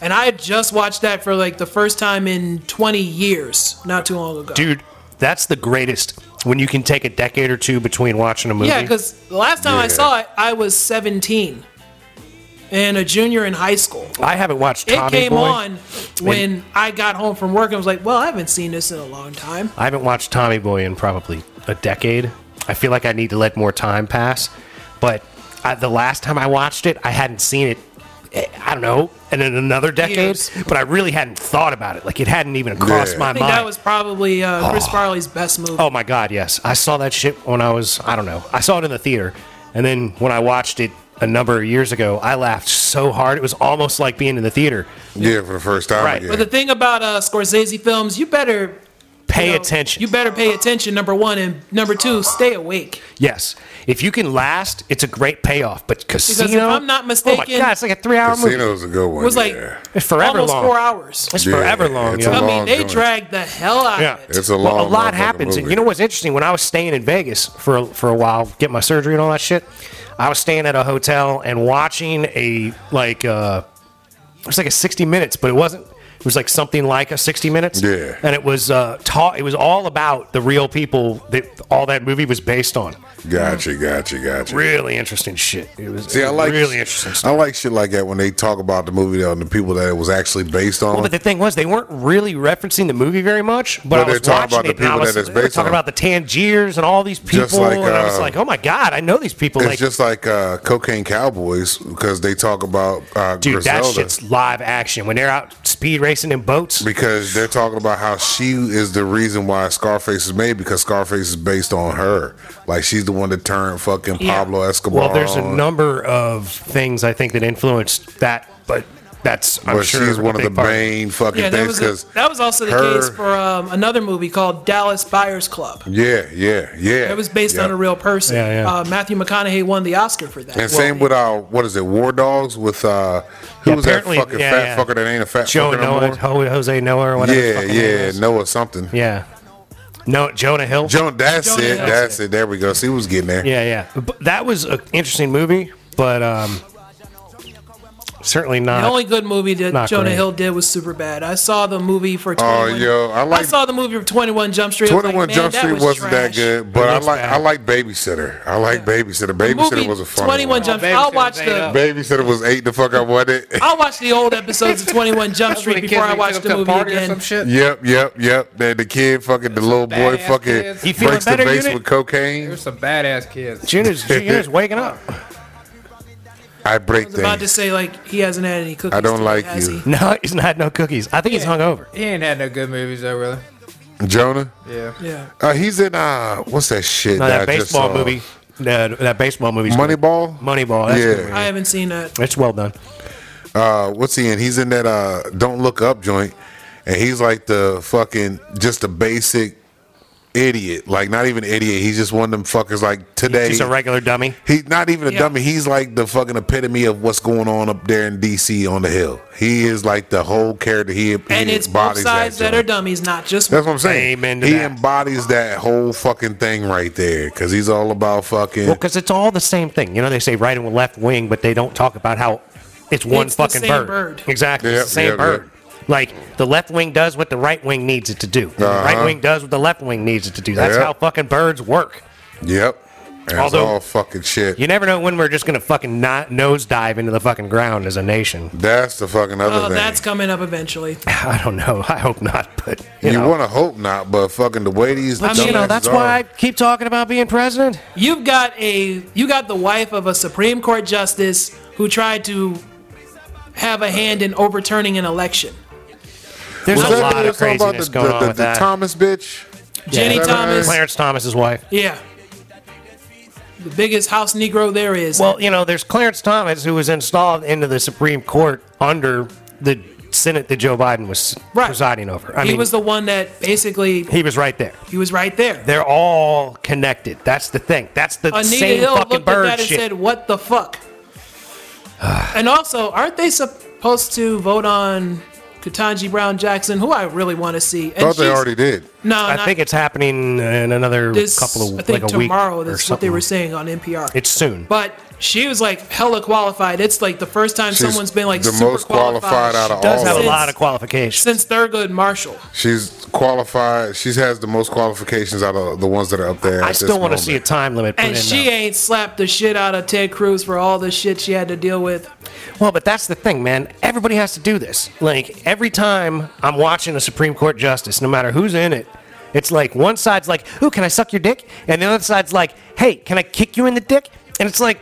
[SPEAKER 2] And I had just watched that for like the first time in 20 years, not too long ago.
[SPEAKER 1] dude, that's the greatest when you can take a decade or two between watching a movie.
[SPEAKER 2] Yeah, because the last time I
[SPEAKER 3] Yeah.
[SPEAKER 2] saw it, I was 17 and a junior in high school.
[SPEAKER 1] I haven't watched
[SPEAKER 2] It
[SPEAKER 1] Tommy
[SPEAKER 2] came
[SPEAKER 1] Boy.
[SPEAKER 2] on when I got home from work. and was like, well, I haven't seen this in a long time.
[SPEAKER 1] I haven't watched Tommy Boy in probably a decade. I feel like I need to let more time pass. But I, the last time I watched it, I hadn't seen it. eh, I don't know, and in another decade,
[SPEAKER 2] Years.
[SPEAKER 1] but I really hadn't thought about it. Like it hadn't even crossed
[SPEAKER 3] Yeah.
[SPEAKER 1] my
[SPEAKER 2] I think
[SPEAKER 1] mind.
[SPEAKER 2] that was probably uh, Chris Farley's best movie.
[SPEAKER 1] oh my god, yes, I saw that shit when I was I don't know. I saw it in the theater, and then when I watched it a number of years ago, I laughed so hard it was almost like being in the theater.
[SPEAKER 3] Yeah, for the first time.
[SPEAKER 1] Right.
[SPEAKER 3] again.
[SPEAKER 2] But the thing about uh, Scorsese films, you better
[SPEAKER 1] Pay
[SPEAKER 2] you know,
[SPEAKER 1] attention.
[SPEAKER 2] You better pay attention. Number one and number two, stay awake.
[SPEAKER 1] Yes, if you can last, it's a great payoff. But casino,
[SPEAKER 2] I'm not
[SPEAKER 1] oh
[SPEAKER 2] mistaken-
[SPEAKER 1] my god, it's like a three-hour movie.
[SPEAKER 3] Casino's a good one.
[SPEAKER 2] It was like
[SPEAKER 3] yeah.
[SPEAKER 1] It's forever
[SPEAKER 2] almost
[SPEAKER 1] long.
[SPEAKER 2] four hours.
[SPEAKER 1] It's
[SPEAKER 3] Yeah,
[SPEAKER 1] forever long.
[SPEAKER 3] it's
[SPEAKER 1] yo.
[SPEAKER 3] a
[SPEAKER 2] I mean,
[SPEAKER 3] long
[SPEAKER 2] they
[SPEAKER 3] joint.
[SPEAKER 2] dragged the hell out
[SPEAKER 1] Yeah.
[SPEAKER 2] of it.
[SPEAKER 3] It's a long.
[SPEAKER 1] Well, a lot
[SPEAKER 3] motherfucking
[SPEAKER 1] happens. And
[SPEAKER 3] movie.
[SPEAKER 1] you know what's interesting? When I was staying in Vegas for for a while, get my surgery and all that shit, I was staying at a hotel and watching a like uh, it was like a 60 minutes, but it wasn't. It was like something like a 60 minutes.
[SPEAKER 3] Yeah.
[SPEAKER 1] And it was uh, taught. It was all about the real people that all that movie was based on.
[SPEAKER 2] Mm.
[SPEAKER 3] Gotcha, gotcha, gotcha.
[SPEAKER 1] Really interesting shit. It was
[SPEAKER 3] See, I like
[SPEAKER 1] really interesting stuff.
[SPEAKER 3] I like shit like that when they talk about the movie though, and the people that it was actually based on.
[SPEAKER 1] Well, but the thing was, they weren't really referencing the movie very much. But, I
[SPEAKER 3] they're
[SPEAKER 1] was
[SPEAKER 3] talking
[SPEAKER 1] watching
[SPEAKER 3] about
[SPEAKER 1] it,
[SPEAKER 3] the
[SPEAKER 1] and I
[SPEAKER 3] people
[SPEAKER 1] was
[SPEAKER 3] that it's
[SPEAKER 1] they were
[SPEAKER 3] based
[SPEAKER 1] talking
[SPEAKER 3] on.
[SPEAKER 1] about the Tangiers and all these people,
[SPEAKER 3] Just like,
[SPEAKER 1] and I was
[SPEAKER 3] uh,
[SPEAKER 1] like, oh my god, I know these people.
[SPEAKER 3] it's
[SPEAKER 1] Like,
[SPEAKER 3] just like uh, Cocaine Cowboys because they talk about uh,
[SPEAKER 1] dude,
[SPEAKER 3] Griselda.
[SPEAKER 1] that shit's live action when they're out speed racing in boats.
[SPEAKER 3] because they're talking about how she is the reason why Scarface is made because Scarface is based on her. Like she's the one that turned fucking
[SPEAKER 2] Yeah.
[SPEAKER 3] Pablo Escobar.
[SPEAKER 1] Well, there's a
[SPEAKER 3] on.
[SPEAKER 1] number of things I think that influenced that, but that's I'm
[SPEAKER 3] But
[SPEAKER 1] sure
[SPEAKER 3] she's
[SPEAKER 1] a
[SPEAKER 3] one of
[SPEAKER 1] big
[SPEAKER 3] the
[SPEAKER 1] part.
[SPEAKER 3] main fucking
[SPEAKER 2] Yeah, that
[SPEAKER 3] things
[SPEAKER 2] was, a-
[SPEAKER 3] because
[SPEAKER 2] that was also the
[SPEAKER 3] her-
[SPEAKER 2] case for um, another movie called Dallas Buyers Club.
[SPEAKER 3] yeah, yeah, yeah.
[SPEAKER 2] It was based on
[SPEAKER 3] Yeah.
[SPEAKER 2] a real person.
[SPEAKER 1] Yeah, yeah.
[SPEAKER 2] Uh, Matthew McConaughey won the Oscar for that.
[SPEAKER 3] And same with uh, what is it, War Dogs with uh, who
[SPEAKER 1] Yeah,
[SPEAKER 3] was that
[SPEAKER 1] apparently-
[SPEAKER 3] fucking
[SPEAKER 1] yeah,
[SPEAKER 3] fat
[SPEAKER 1] yeah.
[SPEAKER 3] fucker that ain't a fat
[SPEAKER 1] Joe
[SPEAKER 3] fucker no
[SPEAKER 1] Noah,
[SPEAKER 3] more?
[SPEAKER 1] Ho- Jose Noah, or whatever. his
[SPEAKER 3] Yeah,
[SPEAKER 1] fucking name
[SPEAKER 3] yeah,
[SPEAKER 1] is.
[SPEAKER 3] Noah something.
[SPEAKER 1] yeah. No, Jonah Hill.
[SPEAKER 3] Joe, that's
[SPEAKER 2] Jonah
[SPEAKER 3] it,
[SPEAKER 2] Hill.
[SPEAKER 3] that's it. There we go. See what's getting there.
[SPEAKER 1] Yeah, yeah. But that was an interesting movie, but um, certainly not.
[SPEAKER 2] The only good movie that
[SPEAKER 1] not
[SPEAKER 2] Jonah
[SPEAKER 1] great.
[SPEAKER 2] Hill did was super bad. I saw the movie for 21.
[SPEAKER 3] Oh, yo, I like-
[SPEAKER 2] saw the movie for 21 Jump Street. I was
[SPEAKER 3] Twenty One
[SPEAKER 2] like, man,
[SPEAKER 3] Jump
[SPEAKER 2] that
[SPEAKER 3] Street
[SPEAKER 2] was
[SPEAKER 3] wasn't that
[SPEAKER 2] trash.
[SPEAKER 3] good, but I
[SPEAKER 1] looks
[SPEAKER 3] like
[SPEAKER 1] bad.
[SPEAKER 3] I like Babysitter. I like Babysitter.
[SPEAKER 2] The
[SPEAKER 3] Babysitter
[SPEAKER 2] movie
[SPEAKER 3] was a funny
[SPEAKER 2] 21
[SPEAKER 3] one.
[SPEAKER 2] Jump
[SPEAKER 5] Oh,
[SPEAKER 2] Street. I'll
[SPEAKER 5] Babysitter
[SPEAKER 2] watch
[SPEAKER 5] made
[SPEAKER 2] the
[SPEAKER 5] up.
[SPEAKER 3] Babysitter was eight the fuck I wanted.
[SPEAKER 2] I'll watch the old episodes of 21 Jump
[SPEAKER 5] That's
[SPEAKER 2] Street
[SPEAKER 5] when the kids
[SPEAKER 2] before I
[SPEAKER 5] be
[SPEAKER 2] watch
[SPEAKER 5] took
[SPEAKER 2] the
[SPEAKER 5] to
[SPEAKER 2] movie
[SPEAKER 5] party or
[SPEAKER 2] again.
[SPEAKER 5] some shit.
[SPEAKER 3] Yep, yep, yep. That the kid fucking the little boy
[SPEAKER 5] badass
[SPEAKER 3] fucking
[SPEAKER 5] kids.
[SPEAKER 1] You feeling
[SPEAKER 3] breaks the
[SPEAKER 1] better,
[SPEAKER 3] base
[SPEAKER 1] unit?
[SPEAKER 3] with cocaine.
[SPEAKER 5] There's some badass kids.
[SPEAKER 1] Junior's, Junior's waking up.
[SPEAKER 3] I break
[SPEAKER 2] I was about to
[SPEAKER 3] things.
[SPEAKER 2] say, like, he hasn't had any cookies.
[SPEAKER 3] I don't
[SPEAKER 2] today,
[SPEAKER 3] like
[SPEAKER 2] has
[SPEAKER 3] you.
[SPEAKER 2] he?
[SPEAKER 1] No, he's not had no cookies. I think he's hungover.
[SPEAKER 5] He ain't had no good movies though, really.
[SPEAKER 3] Jonah,
[SPEAKER 5] Yeah.
[SPEAKER 2] Yeah.
[SPEAKER 3] uh, he's in uh, what's that shit?
[SPEAKER 1] No, that
[SPEAKER 3] I just
[SPEAKER 1] baseball
[SPEAKER 3] saw?
[SPEAKER 1] movie. That, that baseball movie.
[SPEAKER 3] Moneyball.
[SPEAKER 1] Moneyball. That's yeah.
[SPEAKER 2] I haven't seen that.
[SPEAKER 1] It's well done.
[SPEAKER 3] uh, what's he in? He's in that uh, Don't Look Up joint, and he's like the fucking just a basic idiot. Like not even idiot. He's just one of them fuckers. Like today,
[SPEAKER 1] He's a regular dummy.
[SPEAKER 3] He's not even a
[SPEAKER 2] Yeah.
[SPEAKER 3] dummy. He's like the fucking epitome of what's going on up there in DC on the hill. He is like the whole character. He,
[SPEAKER 2] And
[SPEAKER 3] he
[SPEAKER 2] it's both
[SPEAKER 3] embodies
[SPEAKER 2] sides that,
[SPEAKER 3] joint.
[SPEAKER 2] are dummies, not just
[SPEAKER 3] That's what I'm saying.
[SPEAKER 1] Amen to
[SPEAKER 3] he
[SPEAKER 1] that.
[SPEAKER 3] embodies that whole fucking thing right there because he's all about fucking.
[SPEAKER 1] Well, because it's all the same thing. You know, they say right and left wing, but they don't talk about how it's one
[SPEAKER 2] It's the
[SPEAKER 1] fucking
[SPEAKER 2] same
[SPEAKER 1] bird.
[SPEAKER 2] bird.
[SPEAKER 1] Exactly.
[SPEAKER 3] Yep,
[SPEAKER 1] it's the same
[SPEAKER 3] yep,
[SPEAKER 1] bird. Like the left wing does what the right wing needs it to do. and The right
[SPEAKER 3] Uh-huh.
[SPEAKER 1] wing does what the left wing needs it to do. That's
[SPEAKER 3] Yep.
[SPEAKER 1] how fucking birds work.
[SPEAKER 3] yep. That's
[SPEAKER 1] Although-
[SPEAKER 3] all fucking shit.
[SPEAKER 1] You never know when we're just gonna fucking not nosedive into the fucking ground as a nation.
[SPEAKER 3] that's the fucking other
[SPEAKER 2] Oh,
[SPEAKER 3] thing.
[SPEAKER 2] that's coming up eventually.
[SPEAKER 1] I don't know. I hope not, but you,
[SPEAKER 3] you
[SPEAKER 1] know.
[SPEAKER 3] want to hope not, but fucking the way these.
[SPEAKER 2] But, you
[SPEAKER 1] you know, that's
[SPEAKER 3] dumbasses
[SPEAKER 1] why
[SPEAKER 3] are.
[SPEAKER 1] I keep talking about being president.
[SPEAKER 2] You've got a you got the wife of a Supreme Court justice who tried to have a hand in overturning an election.
[SPEAKER 1] There's
[SPEAKER 3] Was
[SPEAKER 1] a
[SPEAKER 3] that what
[SPEAKER 1] lot
[SPEAKER 3] they
[SPEAKER 1] of
[SPEAKER 3] was talking
[SPEAKER 1] craziness
[SPEAKER 3] the,
[SPEAKER 1] going
[SPEAKER 3] the,
[SPEAKER 1] on
[SPEAKER 3] the,
[SPEAKER 1] with
[SPEAKER 3] the
[SPEAKER 1] that.
[SPEAKER 3] Thomas bitch.
[SPEAKER 2] Jenny
[SPEAKER 3] Is that her name?
[SPEAKER 2] Thomas,
[SPEAKER 1] Clarence Thomas's wife.
[SPEAKER 2] yeah, the biggest house Negro there is.
[SPEAKER 1] Well, you know, there's Clarence Thomas who was installed into the Supreme Court under the Senate that Joe Biden was
[SPEAKER 2] Right.
[SPEAKER 1] presiding over. I
[SPEAKER 2] he
[SPEAKER 1] mean,
[SPEAKER 2] was the one that basically
[SPEAKER 1] he was right there.
[SPEAKER 2] he was right there.
[SPEAKER 1] They're all connected. That's the thing. That's the
[SPEAKER 2] Anita
[SPEAKER 1] same
[SPEAKER 2] Hill
[SPEAKER 1] fucking
[SPEAKER 2] looked at that
[SPEAKER 1] bird
[SPEAKER 2] and
[SPEAKER 1] shit.
[SPEAKER 2] said, "What the fuck?" and also, aren't they supposed to vote on Katanji Brown Jackson, who I really want to see? And
[SPEAKER 3] Thought they
[SPEAKER 2] she's-
[SPEAKER 3] already did.
[SPEAKER 2] No,
[SPEAKER 1] I
[SPEAKER 2] not
[SPEAKER 1] think it's happening in another
[SPEAKER 2] this.
[SPEAKER 1] couple of
[SPEAKER 2] I
[SPEAKER 1] like
[SPEAKER 2] think
[SPEAKER 1] a
[SPEAKER 2] tomorrow.
[SPEAKER 1] week or
[SPEAKER 2] that's what they
[SPEAKER 1] something.
[SPEAKER 2] were saying on NPR.
[SPEAKER 1] It's soon.
[SPEAKER 2] but she was like hella qualified. It's like the first time
[SPEAKER 3] She's
[SPEAKER 2] someone's been like
[SPEAKER 3] the
[SPEAKER 2] super
[SPEAKER 3] most qualified, out of
[SPEAKER 1] It does
[SPEAKER 3] all.
[SPEAKER 1] have
[SPEAKER 3] of
[SPEAKER 1] a
[SPEAKER 2] since-
[SPEAKER 1] lot of qualifications.
[SPEAKER 2] since Thurgood Marshall.
[SPEAKER 3] She's qualified. She has the most qualifications out of the ones that are up there.
[SPEAKER 1] I still want to see a time limit put
[SPEAKER 2] And
[SPEAKER 1] in.
[SPEAKER 2] she
[SPEAKER 1] though.
[SPEAKER 2] ain't slapped the shit out of Ted Cruz for all the shit she had to deal with.
[SPEAKER 1] Well, but that's the thing, man. Everybody has to do this. Like every time I'm watching a Supreme Court justice, no matter who's in it, it's like one side's like, "Ooh, can I suck your dick?" and the other side's like, "Hey, can I kick you in the dick?" And it's like,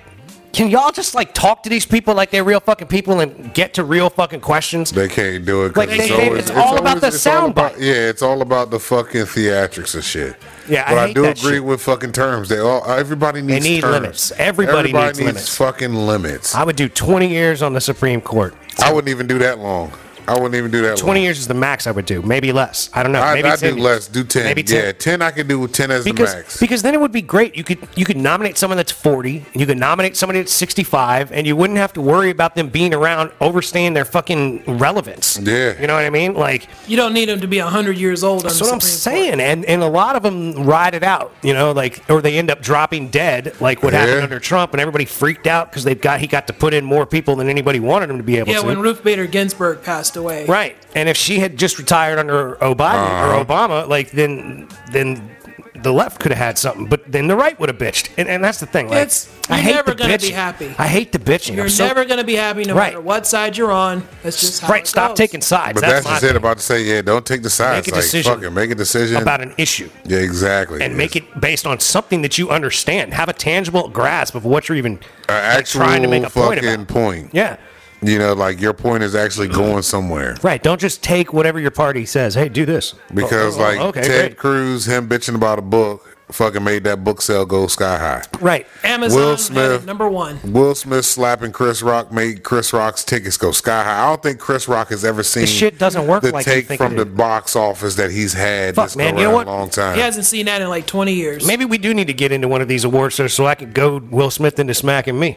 [SPEAKER 1] can y'all just like talk to these people like they're real fucking people and get to real fucking questions?
[SPEAKER 3] They can't do it. 'cause
[SPEAKER 1] Like, they- they- it's all about the
[SPEAKER 3] all
[SPEAKER 1] sound
[SPEAKER 3] about-
[SPEAKER 1] bite.
[SPEAKER 3] Yeah, it's all about the fucking theatrics and shit.
[SPEAKER 1] Yeah, I
[SPEAKER 3] but I,
[SPEAKER 1] hate
[SPEAKER 3] do
[SPEAKER 1] that
[SPEAKER 3] agree
[SPEAKER 1] shit.
[SPEAKER 3] with fucking terms. They all everybody needs.
[SPEAKER 1] need
[SPEAKER 3] terms.
[SPEAKER 1] limits. Everybody needs limits.
[SPEAKER 3] fucking limits. I,
[SPEAKER 1] I would do 20 years on the Supreme Court.
[SPEAKER 3] wouldn't even do that long. I wouldn't even do that.
[SPEAKER 1] Twenty years is the max I would do, maybe less. I don't know.
[SPEAKER 3] long. I,
[SPEAKER 1] maybe
[SPEAKER 3] I
[SPEAKER 1] 10
[SPEAKER 3] do
[SPEAKER 1] years.
[SPEAKER 3] less. Do ten.
[SPEAKER 1] Maybe ten.
[SPEAKER 3] Yeah, ten. I can do with ten as
[SPEAKER 1] because
[SPEAKER 3] the max.
[SPEAKER 1] because then it would be great. You could you could nominate someone that's 40, and you could nominate somebody that's 65, and you wouldn't have to worry about them being around overstaying their fucking relevance.
[SPEAKER 3] Yeah.
[SPEAKER 1] you know what I mean? Like
[SPEAKER 2] You don't need him to be 100 years old.
[SPEAKER 1] that's what I'm saying. And and a lot of them ride it out, you know, like or they end up dropping dead, like what happened
[SPEAKER 3] Yeah.
[SPEAKER 1] under Trump, and everybody freaked out because they got he got to put in more people than anybody wanted him to be able
[SPEAKER 2] Yeah,
[SPEAKER 1] to.
[SPEAKER 2] when Ruth Bader Ginsburg passed away.
[SPEAKER 1] Right. And if she had just retired under Obama
[SPEAKER 3] Uh-huh.
[SPEAKER 1] or Obama, like then then the left could have had something, but then the right would have bitched. And, and that's the thing. Like,
[SPEAKER 2] It's-
[SPEAKER 1] I
[SPEAKER 2] you're
[SPEAKER 1] hate
[SPEAKER 2] never
[SPEAKER 1] the
[SPEAKER 2] gonna be
[SPEAKER 1] bitching.
[SPEAKER 2] happy.
[SPEAKER 1] I hate the bitching.
[SPEAKER 2] You're
[SPEAKER 1] I'm so-
[SPEAKER 2] never going to be happy no
[SPEAKER 1] Right.
[SPEAKER 2] matter what side you're on. That's just how
[SPEAKER 1] right.
[SPEAKER 2] it
[SPEAKER 1] Stop
[SPEAKER 2] goes.
[SPEAKER 1] taking sides.
[SPEAKER 3] but
[SPEAKER 1] that's
[SPEAKER 3] that's,
[SPEAKER 1] my
[SPEAKER 3] just it.
[SPEAKER 1] opinion
[SPEAKER 3] About to say, yeah, don't take the sides.
[SPEAKER 1] a
[SPEAKER 3] like,
[SPEAKER 1] decision
[SPEAKER 3] fucking make a decision
[SPEAKER 1] about an issue.
[SPEAKER 3] Yeah, exactly.
[SPEAKER 1] And make it based on something that you understand. Have a tangible grasp of what you're even
[SPEAKER 3] an
[SPEAKER 1] like,
[SPEAKER 3] actual
[SPEAKER 1] trying to make a point
[SPEAKER 3] fucking
[SPEAKER 1] about.
[SPEAKER 3] point,
[SPEAKER 1] Yeah, Mm.
[SPEAKER 3] You know, like your point is actually going somewhere.
[SPEAKER 1] right. Don't just take whatever your party says. Hey, do this
[SPEAKER 3] Because
[SPEAKER 1] Oh, oh,
[SPEAKER 3] like
[SPEAKER 1] okay,
[SPEAKER 3] Ted
[SPEAKER 1] great.
[SPEAKER 3] Cruz, him bitching about a book, fucking made that book sale go sky high.
[SPEAKER 1] right.
[SPEAKER 2] Amazon
[SPEAKER 3] Will
[SPEAKER 2] had it
[SPEAKER 3] Smith.
[SPEAKER 2] number one.
[SPEAKER 3] Will Smith slapping Chris Rock made Chris Rock's tickets go sky high. I don't think Chris Rock has ever seen
[SPEAKER 1] shit doesn't work
[SPEAKER 3] the
[SPEAKER 1] like you
[SPEAKER 3] take
[SPEAKER 1] think
[SPEAKER 3] from
[SPEAKER 1] it
[SPEAKER 3] the
[SPEAKER 1] is.
[SPEAKER 3] box office that he's had
[SPEAKER 1] Fuck,
[SPEAKER 3] this
[SPEAKER 1] man,
[SPEAKER 3] go
[SPEAKER 1] you know
[SPEAKER 3] around
[SPEAKER 1] what?
[SPEAKER 3] a long time.
[SPEAKER 2] He hasn't seen that in like 20 years.
[SPEAKER 1] Maybe we do need to get into one of these awards so, so I could go Will Smith into smacking me.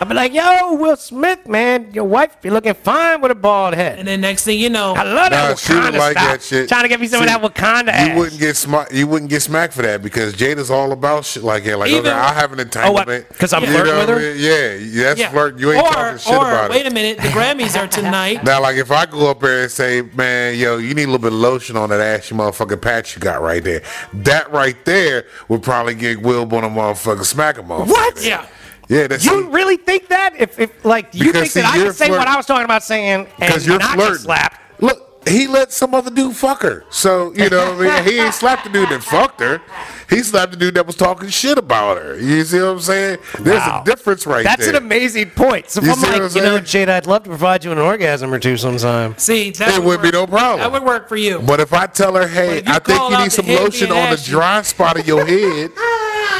[SPEAKER 1] I'd be like, yo, Will Smith, man, your wife be looking fine with a bald head.
[SPEAKER 2] And then next thing you know,
[SPEAKER 1] I love that
[SPEAKER 3] Nah, she
[SPEAKER 1] Wakanda
[SPEAKER 3] would like
[SPEAKER 1] stuff.
[SPEAKER 3] that shit.
[SPEAKER 1] Trying to get me some
[SPEAKER 3] See,
[SPEAKER 1] of that Wakanda ass.
[SPEAKER 3] You wouldn't get smack. You wouldn't get smacked for that because Jada's all about shit like that. Like,
[SPEAKER 2] Even-
[SPEAKER 3] okay, I have an entanglement
[SPEAKER 1] Oh, 'cause I'm
[SPEAKER 3] You
[SPEAKER 1] flirting
[SPEAKER 3] know
[SPEAKER 1] with
[SPEAKER 3] what
[SPEAKER 1] her?
[SPEAKER 3] I mean? Yeah, that's
[SPEAKER 2] yeah.
[SPEAKER 3] flirt. You ain't
[SPEAKER 2] or,
[SPEAKER 3] talking shit
[SPEAKER 2] or,
[SPEAKER 3] about
[SPEAKER 2] wait
[SPEAKER 3] it.
[SPEAKER 2] a minute, the Grammys are tonight.
[SPEAKER 3] Now, like if I go up there and say, man, yo, you need a little bit of lotion on that ashy motherfucking patch you got right there. That right there would probably get Will on a motherfucker smack him off.
[SPEAKER 1] What?
[SPEAKER 2] Yeah.
[SPEAKER 3] Yeah, that's
[SPEAKER 1] You really think that? If, if like, you think
[SPEAKER 3] Because, see,
[SPEAKER 1] that I
[SPEAKER 3] you're
[SPEAKER 1] could say
[SPEAKER 3] flirt-
[SPEAKER 1] what I was talking about saying and
[SPEAKER 3] because you're
[SPEAKER 1] not
[SPEAKER 3] flirting.
[SPEAKER 1] get slapped?
[SPEAKER 3] Look, he let some other dude fuck her. So you know, what I mean, he ain't slapped the dude that fucked her. He slapped the dude that was talking shit about her. You see what I'm saying? There's
[SPEAKER 1] Wow.
[SPEAKER 3] a difference right
[SPEAKER 1] That's
[SPEAKER 3] there.
[SPEAKER 1] an amazing point. So if
[SPEAKER 3] You
[SPEAKER 1] I'm
[SPEAKER 3] see what
[SPEAKER 1] like,
[SPEAKER 3] I'm
[SPEAKER 1] you know,
[SPEAKER 3] saying?
[SPEAKER 1] Jada, I'd love to provide you an orgasm or two sometime.
[SPEAKER 2] See, that
[SPEAKER 3] It would be
[SPEAKER 2] work.
[SPEAKER 3] no problem.
[SPEAKER 2] That would work for you.
[SPEAKER 3] But if I tell her, hey,
[SPEAKER 2] if you
[SPEAKER 3] I
[SPEAKER 2] call
[SPEAKER 3] think you
[SPEAKER 2] out
[SPEAKER 3] need
[SPEAKER 2] the
[SPEAKER 3] some
[SPEAKER 2] head
[SPEAKER 3] lotion
[SPEAKER 2] being
[SPEAKER 3] on the
[SPEAKER 2] ashy-
[SPEAKER 3] dry spot of your head,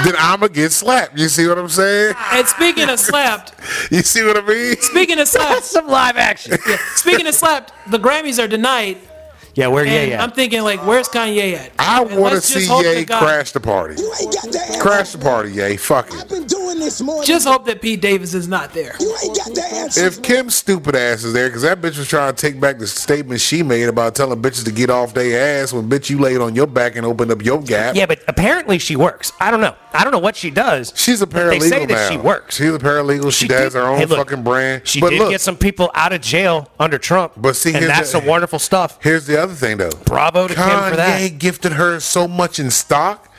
[SPEAKER 3] then I'ma get slapped. You see what I'm saying?
[SPEAKER 2] and speaking of slapped,
[SPEAKER 3] You see what I mean?
[SPEAKER 2] speaking of slapped,
[SPEAKER 1] Some live action.
[SPEAKER 2] speaking of slapped, the Grammys are tonight.
[SPEAKER 1] yeah, where? Yeah,
[SPEAKER 2] And
[SPEAKER 1] yeah.
[SPEAKER 2] I'm thinking like, where's Kanye at?
[SPEAKER 3] I
[SPEAKER 2] And
[SPEAKER 3] want to
[SPEAKER 2] let's just
[SPEAKER 3] see
[SPEAKER 2] hope to
[SPEAKER 3] Ye
[SPEAKER 2] God-
[SPEAKER 3] crash the party.
[SPEAKER 6] You ain't got that
[SPEAKER 3] Crash the party, Ye. Fuck
[SPEAKER 6] I've
[SPEAKER 3] it.
[SPEAKER 6] been doing this morning.
[SPEAKER 2] Just hope that Pete Davis is not there.
[SPEAKER 6] you ain't got that answer.
[SPEAKER 3] If Kim's stupid ass is there, because that bitch was trying to take back the statement she made about telling bitches to get off their ass when bitch you laid on your back and opened up your gap.
[SPEAKER 1] Yeah, but apparently she works. I don't know. I don't know what she does.
[SPEAKER 3] She's a
[SPEAKER 1] but
[SPEAKER 3] paralegal
[SPEAKER 1] They say
[SPEAKER 3] now.
[SPEAKER 1] that she works.
[SPEAKER 3] She's a paralegal. She,
[SPEAKER 1] did-
[SPEAKER 3] does her own
[SPEAKER 1] Hey, look,
[SPEAKER 3] fucking brand.
[SPEAKER 1] She
[SPEAKER 3] but
[SPEAKER 1] did
[SPEAKER 3] look,
[SPEAKER 1] get some people out of jail under Trump.
[SPEAKER 3] But see,
[SPEAKER 1] and
[SPEAKER 3] here's
[SPEAKER 1] that's
[SPEAKER 3] the-
[SPEAKER 1] some wonderful stuff.
[SPEAKER 3] Here's the other thing, though.
[SPEAKER 1] Bravo to Kim
[SPEAKER 3] Kanye
[SPEAKER 1] for that.
[SPEAKER 3] gifted her so much in stock.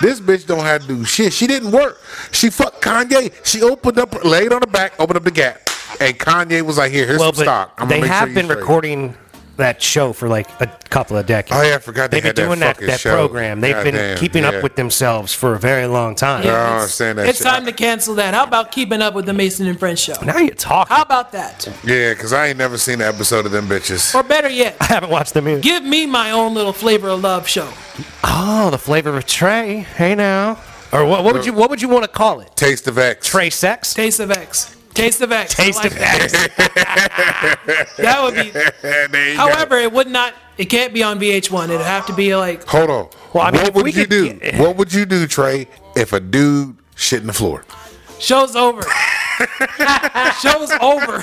[SPEAKER 3] This bitch don't have to do shit. She didn't work. She fucked Kanye. She opened up, laid on the back, opened up the gap, and Kanye was like, "Here, here's
[SPEAKER 1] Well,
[SPEAKER 3] some stock."
[SPEAKER 1] but
[SPEAKER 3] I'm
[SPEAKER 1] they
[SPEAKER 3] gonna make
[SPEAKER 1] have
[SPEAKER 3] sure you
[SPEAKER 1] been
[SPEAKER 3] straight."
[SPEAKER 1] recording that show for like a couple of decades.
[SPEAKER 3] Oh, yeah, I forgot they
[SPEAKER 1] They've been
[SPEAKER 3] had that
[SPEAKER 1] doing that,
[SPEAKER 3] fucking
[SPEAKER 1] that
[SPEAKER 3] show.
[SPEAKER 1] program. They've been
[SPEAKER 3] Goddamn,
[SPEAKER 1] keeping
[SPEAKER 3] yeah.
[SPEAKER 1] up with themselves for a very long time.
[SPEAKER 3] Yeah.
[SPEAKER 2] it's-
[SPEAKER 3] understand that
[SPEAKER 2] It's
[SPEAKER 3] shit.
[SPEAKER 2] time to cancel that. How about keeping up with the Mason and Friends show?
[SPEAKER 1] Now you're talking.
[SPEAKER 2] How about that?
[SPEAKER 3] Yeah, because I ain't never seen an episode of them bitches.
[SPEAKER 2] Or better yet,
[SPEAKER 1] I haven't watched the movie.
[SPEAKER 2] give me my own little flavor of love show.
[SPEAKER 1] oh, the flavor of Trey. Hey now, or what? What
[SPEAKER 3] Uh,
[SPEAKER 1] would you? What would you want to call it?
[SPEAKER 3] Taste of X.
[SPEAKER 1] Trey sex.
[SPEAKER 2] Taste of X. Taste of X. I
[SPEAKER 1] Taste
[SPEAKER 2] like
[SPEAKER 1] of X.
[SPEAKER 2] that. That would be.
[SPEAKER 3] There you go.
[SPEAKER 2] However, it would not. It can't be on VH1. It'd have to be like.
[SPEAKER 3] hold on.
[SPEAKER 1] Well, I mean, if
[SPEAKER 3] what
[SPEAKER 1] we
[SPEAKER 3] would you
[SPEAKER 1] could
[SPEAKER 3] do?
[SPEAKER 1] get-
[SPEAKER 3] what would you do, Trey, if a dude shit in the floor?
[SPEAKER 2] Show's over. Show's over.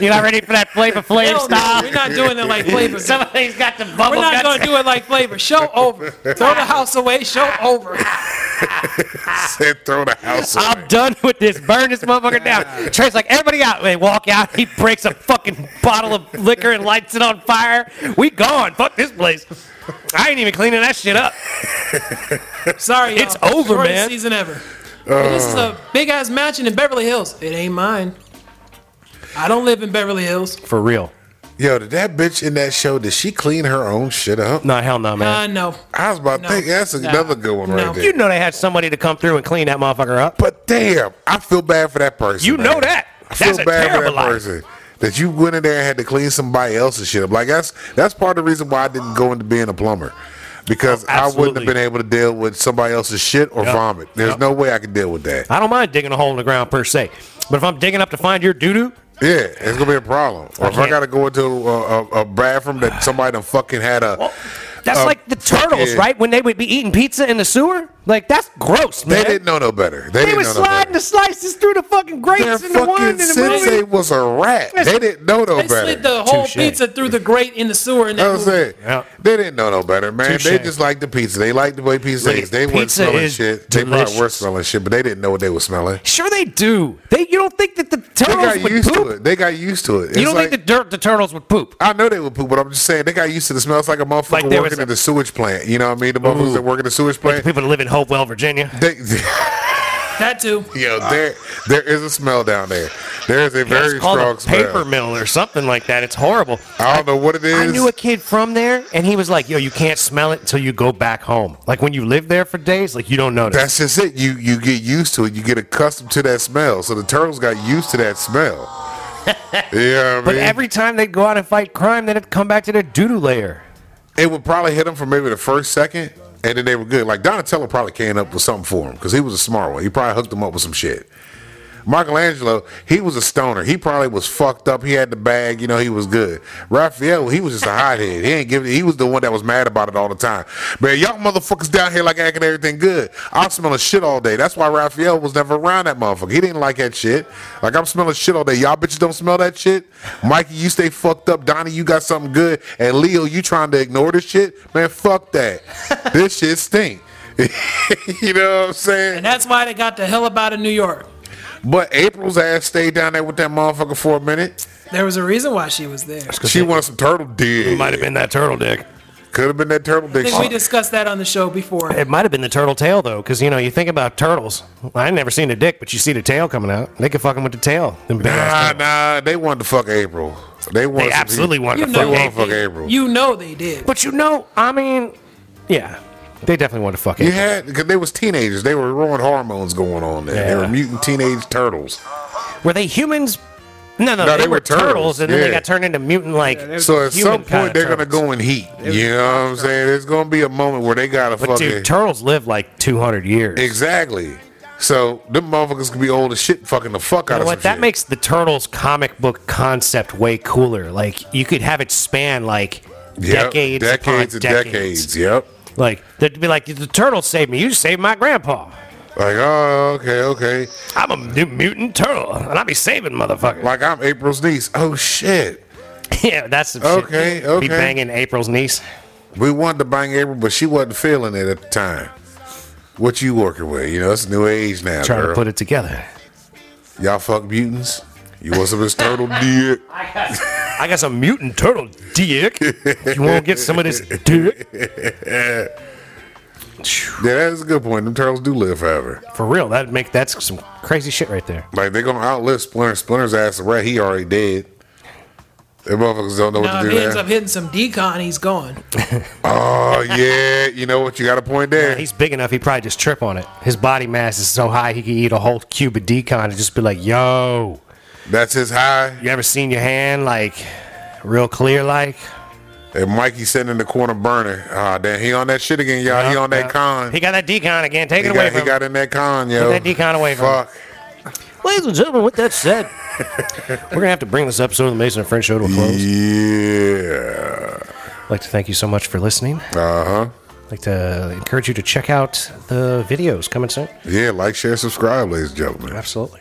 [SPEAKER 1] You're not ready for that flavor flavor
[SPEAKER 2] Hell no,
[SPEAKER 1] style.
[SPEAKER 2] we're not doing it like flavor.
[SPEAKER 1] Somebody's got the bubble
[SPEAKER 2] We're
[SPEAKER 1] guts.
[SPEAKER 2] not gonna do it like flavor. Show over. Throw the house away. Show over.
[SPEAKER 3] Said throw the house. away.
[SPEAKER 1] Ah. I'm done with this. Burn this motherfucker down. Trey's like, everybody out. They walk out. He breaks a fucking bottle of liquor and lights it on fire. We gone. Fuck this place. I ain't even cleaning that shit up.
[SPEAKER 2] Sorry,
[SPEAKER 1] It's
[SPEAKER 2] y'all.
[SPEAKER 1] over,
[SPEAKER 2] Shortest
[SPEAKER 1] man. Uh.
[SPEAKER 2] Season ever. this is a big ass mansion in Beverly Hills. It ain't mine. I don't live in Beverly Hills.
[SPEAKER 1] For real.
[SPEAKER 3] Yo, did that bitch in that show? Did she clean her own shit up?
[SPEAKER 1] No, hell no, man.
[SPEAKER 2] Uh, no.
[SPEAKER 3] I was about
[SPEAKER 2] No.
[SPEAKER 3] to think that's another good one
[SPEAKER 2] No.
[SPEAKER 3] right there.
[SPEAKER 1] you know they had somebody to come through and clean that motherfucker up.
[SPEAKER 3] but damn, I feel bad for that person.
[SPEAKER 1] You
[SPEAKER 3] man.
[SPEAKER 1] know that.
[SPEAKER 3] I feel
[SPEAKER 1] That's a
[SPEAKER 3] bad for
[SPEAKER 1] terrible
[SPEAKER 3] that
[SPEAKER 1] life.
[SPEAKER 3] person. That you went in there and had to clean somebody else's shit up. Like that's that's part of the reason why I didn't go into being a plumber. Because I wouldn't
[SPEAKER 1] absolutely.
[SPEAKER 3] have been able to deal with somebody else's shit or
[SPEAKER 1] Yep.
[SPEAKER 3] vomit. There's
[SPEAKER 1] Yep.
[SPEAKER 3] no way I could deal with that.
[SPEAKER 1] I don't mind digging a hole in the ground per se. But if I'm digging up to find your doo doo,
[SPEAKER 3] Yeah, it's gonna be a problem. Or if I
[SPEAKER 1] can't-
[SPEAKER 3] gotta go into a, a, a bathroom that somebody done fucking had a.
[SPEAKER 1] oh, That's
[SPEAKER 3] a
[SPEAKER 1] like the turtles,
[SPEAKER 3] fucking-
[SPEAKER 1] right? When they would be eating pizza in the sewer, like that's gross,
[SPEAKER 3] They
[SPEAKER 1] man.
[SPEAKER 3] didn't know no better. They,
[SPEAKER 1] They
[SPEAKER 3] didn't
[SPEAKER 1] were
[SPEAKER 3] know no
[SPEAKER 1] sliding the
[SPEAKER 3] better.
[SPEAKER 1] slices through the fucking
[SPEAKER 3] Their
[SPEAKER 1] grates in the wine in
[SPEAKER 3] fucking
[SPEAKER 1] the
[SPEAKER 3] sensei
[SPEAKER 1] movie.
[SPEAKER 3] was a rat.
[SPEAKER 1] That's-
[SPEAKER 3] They didn't know no
[SPEAKER 2] They
[SPEAKER 3] better.
[SPEAKER 2] slid the whole
[SPEAKER 1] Touche.
[SPEAKER 2] pizza through the grate in the sewer. And
[SPEAKER 3] That's what I'm saying.
[SPEAKER 1] Yeah.
[SPEAKER 3] They didn't know no better, man. They
[SPEAKER 1] Touche.
[SPEAKER 3] just liked the pizza. They liked the way pizza
[SPEAKER 1] Look,
[SPEAKER 3] tastes. They weren't
[SPEAKER 1] pizza
[SPEAKER 3] smelling
[SPEAKER 1] is
[SPEAKER 3] shit. They probably were
[SPEAKER 1] delicious.
[SPEAKER 3] smelling shit, but they didn't know what they were smelling.
[SPEAKER 1] Sure, they do. They you don't think that the
[SPEAKER 3] They
[SPEAKER 1] turtles
[SPEAKER 3] got
[SPEAKER 1] would
[SPEAKER 3] used
[SPEAKER 1] poop?
[SPEAKER 3] to it. They got used to it. It's
[SPEAKER 1] You don't
[SPEAKER 3] like,
[SPEAKER 1] think the dirt the turtles would poop?
[SPEAKER 3] I know they would poop, but I'm just saying they got used to the smell. It's like a motherfucker
[SPEAKER 1] Like there was
[SPEAKER 3] working
[SPEAKER 1] a-
[SPEAKER 3] in the sewage plant. You know what I mean? The motherfuckers that work in the sewage
[SPEAKER 1] Like the
[SPEAKER 3] plant.
[SPEAKER 1] people that live in Hopewell, Virginia.
[SPEAKER 3] They,
[SPEAKER 2] that too.
[SPEAKER 3] yo, there, there is a smell down there. There is a very
[SPEAKER 1] it's called
[SPEAKER 3] strong
[SPEAKER 1] a
[SPEAKER 3] smell.
[SPEAKER 1] paper mill or something like that. It's horrible.
[SPEAKER 3] I don't know what it is.
[SPEAKER 1] I knew a kid from there, and he was like, "Yo, you can't smell it until you go back home. Like when you live there for days, like you don't notice."
[SPEAKER 3] That's just it. You you get used to it. You get accustomed to that smell. So the turtles got used to that smell. yeah, I mean,
[SPEAKER 1] but every time they'd go out and fight crime, they'd come back to their doo-doo layer.
[SPEAKER 3] it would probably hit them for maybe the first second, and then they were good. Like Donatello probably came up with something for him because he was a smart one. He probably hooked him up with some shit. Michelangelo, he was a stoner. He probably was fucked up. He had the bag, you know, he was good. Raphael, he was just a hothead. He ain't giving he was the one that was mad about it all the time. Man, y'all motherfuckers down here like acting everything good. I'm smelling shit all day. That's why Raphael was never around that motherfucker. He didn't like that shit. Like I'm smelling shit all day. Y'all bitches don't smell that shit. Mikey, you stay fucked up. Donnie, you got something good. And Leo, you trying to ignore this shit? Man, fuck that. this shit stink. you know what I'm saying?
[SPEAKER 2] And that's why they got the hell about in New York.
[SPEAKER 3] But April's ass stayed down there with that motherfucker for a minute.
[SPEAKER 2] There was a reason why she was there.
[SPEAKER 3] She wanted some turtle dick.
[SPEAKER 1] It might have been that turtle dick.
[SPEAKER 3] Could have been that turtle
[SPEAKER 2] I
[SPEAKER 3] dick.
[SPEAKER 2] think we discussed that on the show before.
[SPEAKER 1] It might have been the turtle tail though, because you know you think about turtles. I ain't never seen a dick, but you see the tail coming out. They could fuck him with the tail. Them big ass tails.
[SPEAKER 3] Nah, nah. They wanted to fuck April. They wanted.
[SPEAKER 1] They
[SPEAKER 3] some-
[SPEAKER 1] absolutely wanted
[SPEAKER 2] You
[SPEAKER 1] to
[SPEAKER 2] know
[SPEAKER 1] fuck
[SPEAKER 3] They
[SPEAKER 2] they
[SPEAKER 3] wanted
[SPEAKER 1] him.
[SPEAKER 3] to fuck
[SPEAKER 2] did.
[SPEAKER 3] April. You,
[SPEAKER 2] You know they did.
[SPEAKER 1] But you know, I mean, yeah, they definitely want to fuck him.
[SPEAKER 3] had because they was teenagers. They were wrong hormones going on there. They were
[SPEAKER 1] Yeah.
[SPEAKER 3] mutant teenage turtles.
[SPEAKER 1] Were they humans? No, no,
[SPEAKER 3] No,
[SPEAKER 1] they, were, turtles, and then
[SPEAKER 3] yeah.
[SPEAKER 1] they got turned into mutant like.
[SPEAKER 5] they-
[SPEAKER 3] So at
[SPEAKER 1] Human
[SPEAKER 3] some
[SPEAKER 1] kinda
[SPEAKER 3] point they're gonna
[SPEAKER 1] turtles.
[SPEAKER 3] go in heat. You know what I'm saying? There's gonna be a moment where they gotta
[SPEAKER 1] but
[SPEAKER 3] fucking
[SPEAKER 1] dude, turtles live like 200 years.
[SPEAKER 3] exactly. So them motherfuckers could be old as shit, fucking the fuck
[SPEAKER 1] You
[SPEAKER 3] out
[SPEAKER 1] know
[SPEAKER 3] of
[SPEAKER 1] what?
[SPEAKER 3] some
[SPEAKER 1] That
[SPEAKER 3] shit.
[SPEAKER 1] makes the turtles comic book concept way cooler. Like you could have it span like
[SPEAKER 3] Yep,
[SPEAKER 1] decades,
[SPEAKER 3] decades,
[SPEAKER 1] upon
[SPEAKER 3] and
[SPEAKER 1] decades.
[SPEAKER 3] decades. Yep.
[SPEAKER 1] Like they'd be like, the turtles saved me. You saved my grandpa.
[SPEAKER 3] Like, oh, okay, okay.
[SPEAKER 1] I'm a new mutant turtle, and I be saving motherfuckers.
[SPEAKER 3] Like I'm April's niece. Oh shit.
[SPEAKER 1] yeah, that's some
[SPEAKER 3] Okay,
[SPEAKER 1] shit. Be
[SPEAKER 3] okay.
[SPEAKER 1] banging April's niece.
[SPEAKER 3] We wanted to bang April, but she wasn't feeling it at the time. What you working with? You know, it's a new age now,
[SPEAKER 1] Trying
[SPEAKER 3] girl.
[SPEAKER 1] to put it together.
[SPEAKER 3] Y'all fuck mutants. You want some of this turtle dick?
[SPEAKER 1] I got some mutant turtle dick. you won't get some of this dick.
[SPEAKER 3] Yeah, that is a good point. Them turtles do live forever.
[SPEAKER 1] For real, that'd make that's some crazy shit right there.
[SPEAKER 3] Like they're gonna outlive Splinter. Splinter's ass a rat. He already dead. Them motherfuckers don't know
[SPEAKER 2] Now,
[SPEAKER 3] what to
[SPEAKER 2] if
[SPEAKER 3] do
[SPEAKER 2] he ends up
[SPEAKER 3] now.
[SPEAKER 2] hitting some decon, he's gone.
[SPEAKER 3] Oh yeah, you know what? You got a point there.
[SPEAKER 1] He's big enough, he probably just trip on it. His body mass is so high, he could eat a whole cube of decon and just be like, yo,
[SPEAKER 3] That's his high.
[SPEAKER 1] you ever seen your hand like real clear like?
[SPEAKER 3] And Mikey sitting in the corner burning. Ah, damn, he on that shit again, y'all. he
[SPEAKER 1] Yeah,
[SPEAKER 3] on that
[SPEAKER 1] yeah.
[SPEAKER 3] con.
[SPEAKER 1] He got that decon again. Take
[SPEAKER 3] He
[SPEAKER 1] it away
[SPEAKER 3] got, he
[SPEAKER 1] from
[SPEAKER 3] got in that con, yo.
[SPEAKER 1] that decon away from him.
[SPEAKER 3] Fuck.
[SPEAKER 1] Ladies and gentlemen, with that said, we're gonna have to bring this episode of the Mason and French Show to a close.
[SPEAKER 3] Yeah.
[SPEAKER 1] I'd like to thank you so much for listening.
[SPEAKER 3] Uh huh.
[SPEAKER 1] I'd like to encourage you to check out the videos coming soon.
[SPEAKER 3] Yeah, like, share, subscribe, ladies and gentlemen.
[SPEAKER 1] Absolutely.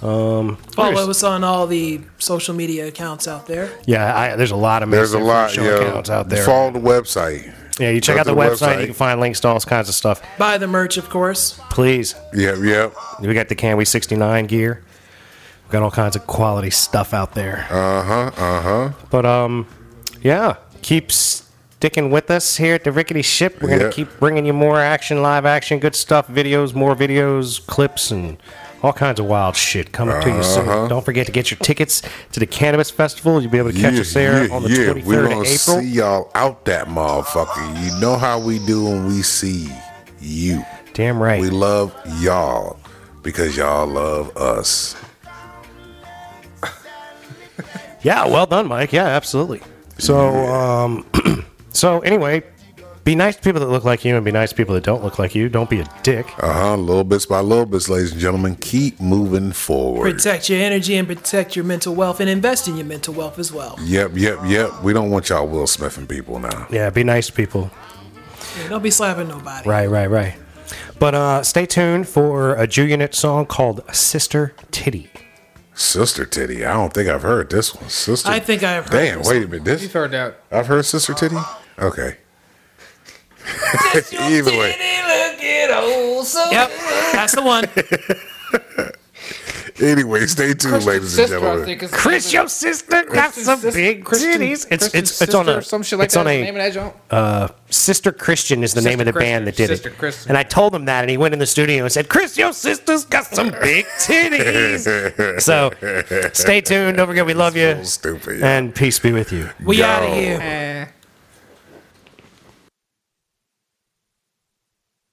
[SPEAKER 2] Follow us on all the social media accounts out there.
[SPEAKER 1] Yeah, I, there's a lot of
[SPEAKER 3] There's a
[SPEAKER 1] Mason and
[SPEAKER 3] lot,
[SPEAKER 1] French Show
[SPEAKER 3] yo.
[SPEAKER 1] accounts out there.
[SPEAKER 3] Follow the website.
[SPEAKER 1] yeah, you check
[SPEAKER 3] Go
[SPEAKER 1] out
[SPEAKER 3] to
[SPEAKER 1] the,
[SPEAKER 3] the
[SPEAKER 1] website.
[SPEAKER 3] website.
[SPEAKER 1] You can find links to all kinds of stuff.
[SPEAKER 2] Buy the merch, of course.
[SPEAKER 1] Please,
[SPEAKER 3] Yep, yep.
[SPEAKER 1] we got the Can We 69 gear. We got all kinds of quality stuff out there.
[SPEAKER 3] Uh huh. Uh huh.
[SPEAKER 1] But um, yeah, keep sticking with us here at the Rickety Ship. We're gonna
[SPEAKER 3] Yeah.
[SPEAKER 1] keep bringing you more action, live action, good stuff, videos, more videos, clips, and all kinds of wild shit coming to you soon.
[SPEAKER 3] Uh-huh.
[SPEAKER 1] Don't forget to get your tickets to the Cannabis Festival. You'll be able to catch us there on the twenty
[SPEAKER 3] We're
[SPEAKER 1] third of
[SPEAKER 3] gonna
[SPEAKER 1] April.
[SPEAKER 3] see y'all out that motherfucker. You know how we do when we see you.
[SPEAKER 1] Damn right.
[SPEAKER 3] We love y'all because y'all love us.
[SPEAKER 1] yeah, well done, Mike. Yeah, absolutely. So um, so anyway, be Be nice to people that look like you and be nice to people that don't look like you. Don't be a dick.
[SPEAKER 3] Uh huh. Little bits by little bits, ladies and gentlemen. Keep moving forward.
[SPEAKER 2] Protect your energy and protect your mental wealth and invest in your mental wealth as well.
[SPEAKER 3] Yep, yep, yep. We don't want y'all Will Smithing people now.
[SPEAKER 1] Yeah, be nice to people.
[SPEAKER 3] Mm.
[SPEAKER 2] Yeah, don't be slapping nobody.
[SPEAKER 1] Right, right, right. But uh, stay tuned for a Jew Unit song called Sister Titty.
[SPEAKER 3] Sister Titty. I don't think I've heard this one. Sister.
[SPEAKER 2] I think I have heard
[SPEAKER 3] Damn.
[SPEAKER 2] this
[SPEAKER 3] wait a minute.
[SPEAKER 5] You've
[SPEAKER 3] This.
[SPEAKER 5] heard that.
[SPEAKER 3] I've heard Sister Titty. Okay. Either way,
[SPEAKER 2] Yep, that's the one.
[SPEAKER 3] anyway, stay tuned,
[SPEAKER 5] Christian
[SPEAKER 3] ladies and
[SPEAKER 5] sister, I
[SPEAKER 3] gentlemen.
[SPEAKER 5] think is-
[SPEAKER 1] Chris, your sister got
[SPEAKER 5] Christian
[SPEAKER 1] some
[SPEAKER 5] sis-
[SPEAKER 1] big
[SPEAKER 5] Christian-
[SPEAKER 1] titties. It's
[SPEAKER 5] Christian
[SPEAKER 1] it's it's on
[SPEAKER 5] sister or
[SPEAKER 1] a
[SPEAKER 5] some shit like
[SPEAKER 1] it's on
[SPEAKER 5] that. is the
[SPEAKER 1] a
[SPEAKER 5] name of that joint?
[SPEAKER 1] Sister Christian is the name of the
[SPEAKER 5] Sister
[SPEAKER 1] band that
[SPEAKER 5] Christian,
[SPEAKER 1] did it.
[SPEAKER 5] Sister Christian.
[SPEAKER 1] And I told him that, and he went in the studio and said, "Chris, your sister's got some big titties." so stay tuned. Don't forget, we love you.
[SPEAKER 3] It's real stupid.
[SPEAKER 1] And peace be with you.
[SPEAKER 2] We out of
[SPEAKER 3] Yo.
[SPEAKER 2] here.
[SPEAKER 5] Eh.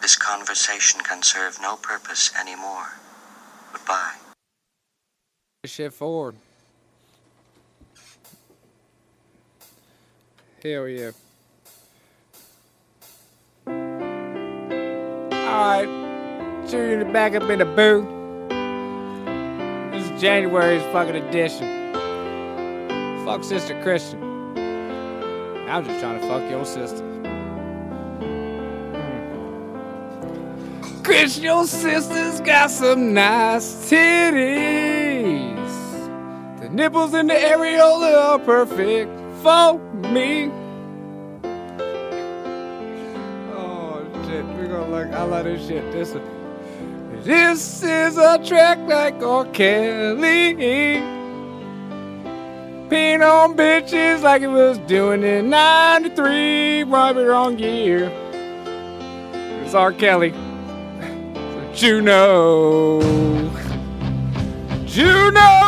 [SPEAKER 7] This conversation can serve no purpose anymore. Goodbye.
[SPEAKER 5] This shit forward. Hell yeah. Alright. Junior to back up in the booth. This is January's fucking edition. Fuck Sister Christian. I'm just trying to fuck your sister. Chris, your sister's got some nice titties. The nipples and the areola are perfect for me. Oh shit, we're gonna look. I love this shit. This, this is a track like R. Kelly. Peeing on bitches like it was doing in '93, probably wrong year. It's R. Kelly. Juno. Juno.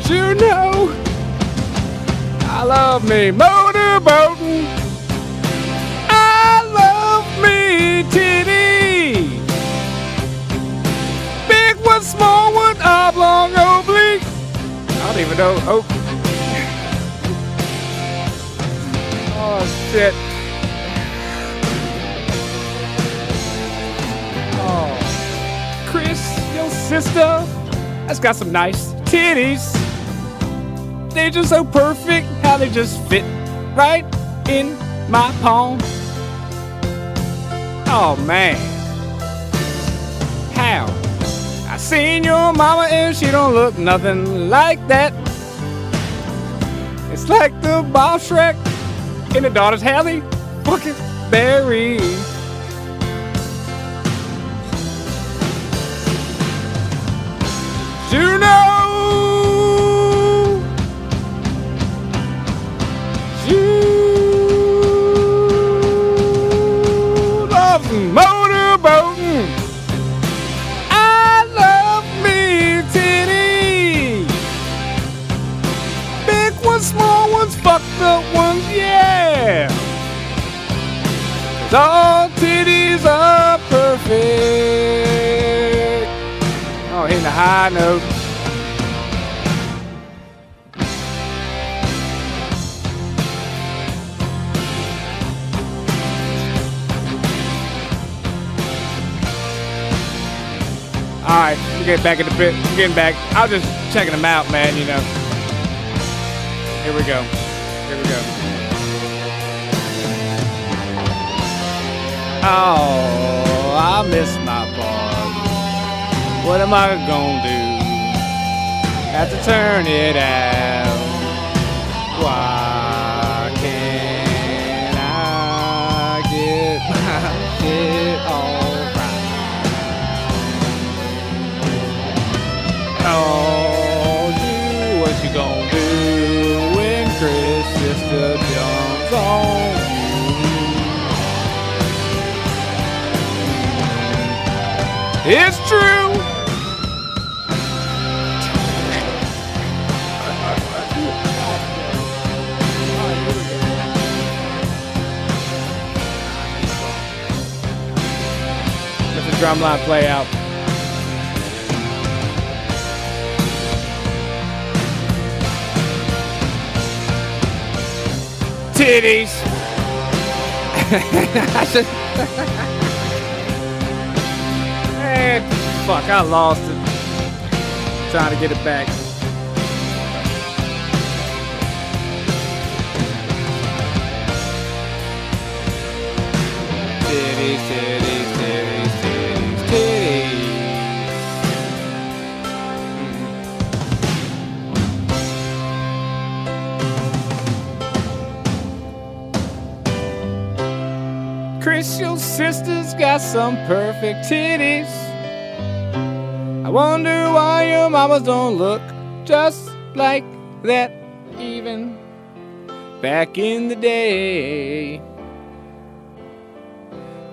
[SPEAKER 5] Juno. I love me motorboating. I love me titty. Big one, small one, oblong, oblique. I don't even know. Oh. Oh shit. Oh. Chris, your sister, has got some nice titties. They're just so perfect how they just fit right in my palm. Oh man. How? I seen your mama and she don't look nothing like that. It's like the Bob Shrek in the daughter's alley. Fucking Barry. Juno! Juno loves motorboating. I love me titty. Big ones, small ones, fucked up ones, yeah. 'Cause All titties are perfect. Oh, hitting the high note. Alright, we're getting back in the bit. We're getting back. I was just checking them out, man, you know. Here we go. Here we go. Oh, I miss my boy. What am I gonna do? Have to turn it out. Why can't I get my shit all right? Oh, you, what you gonna do when Chris sister jumps on you? It's true. Let the drum line play out. Titties. I should- Eh, fuck, I lost it. Trying to get it back. Titties, titties, titties, titties, titties. Chris, your sister's got some perfect titties. I wonder why your mamas don't look just like that, even back in the day.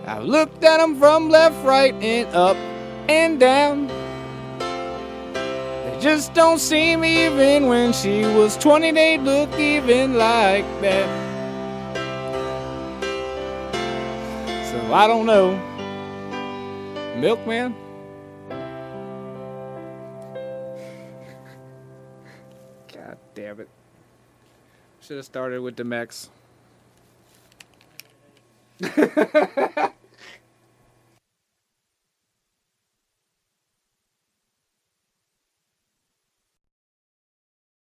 [SPEAKER 5] I've looked at 'em from left, right, and up and down. They just don't seem even when she was 20, they look even like that. So I don't know. Milkman? God damn it. Should have started with the Mex.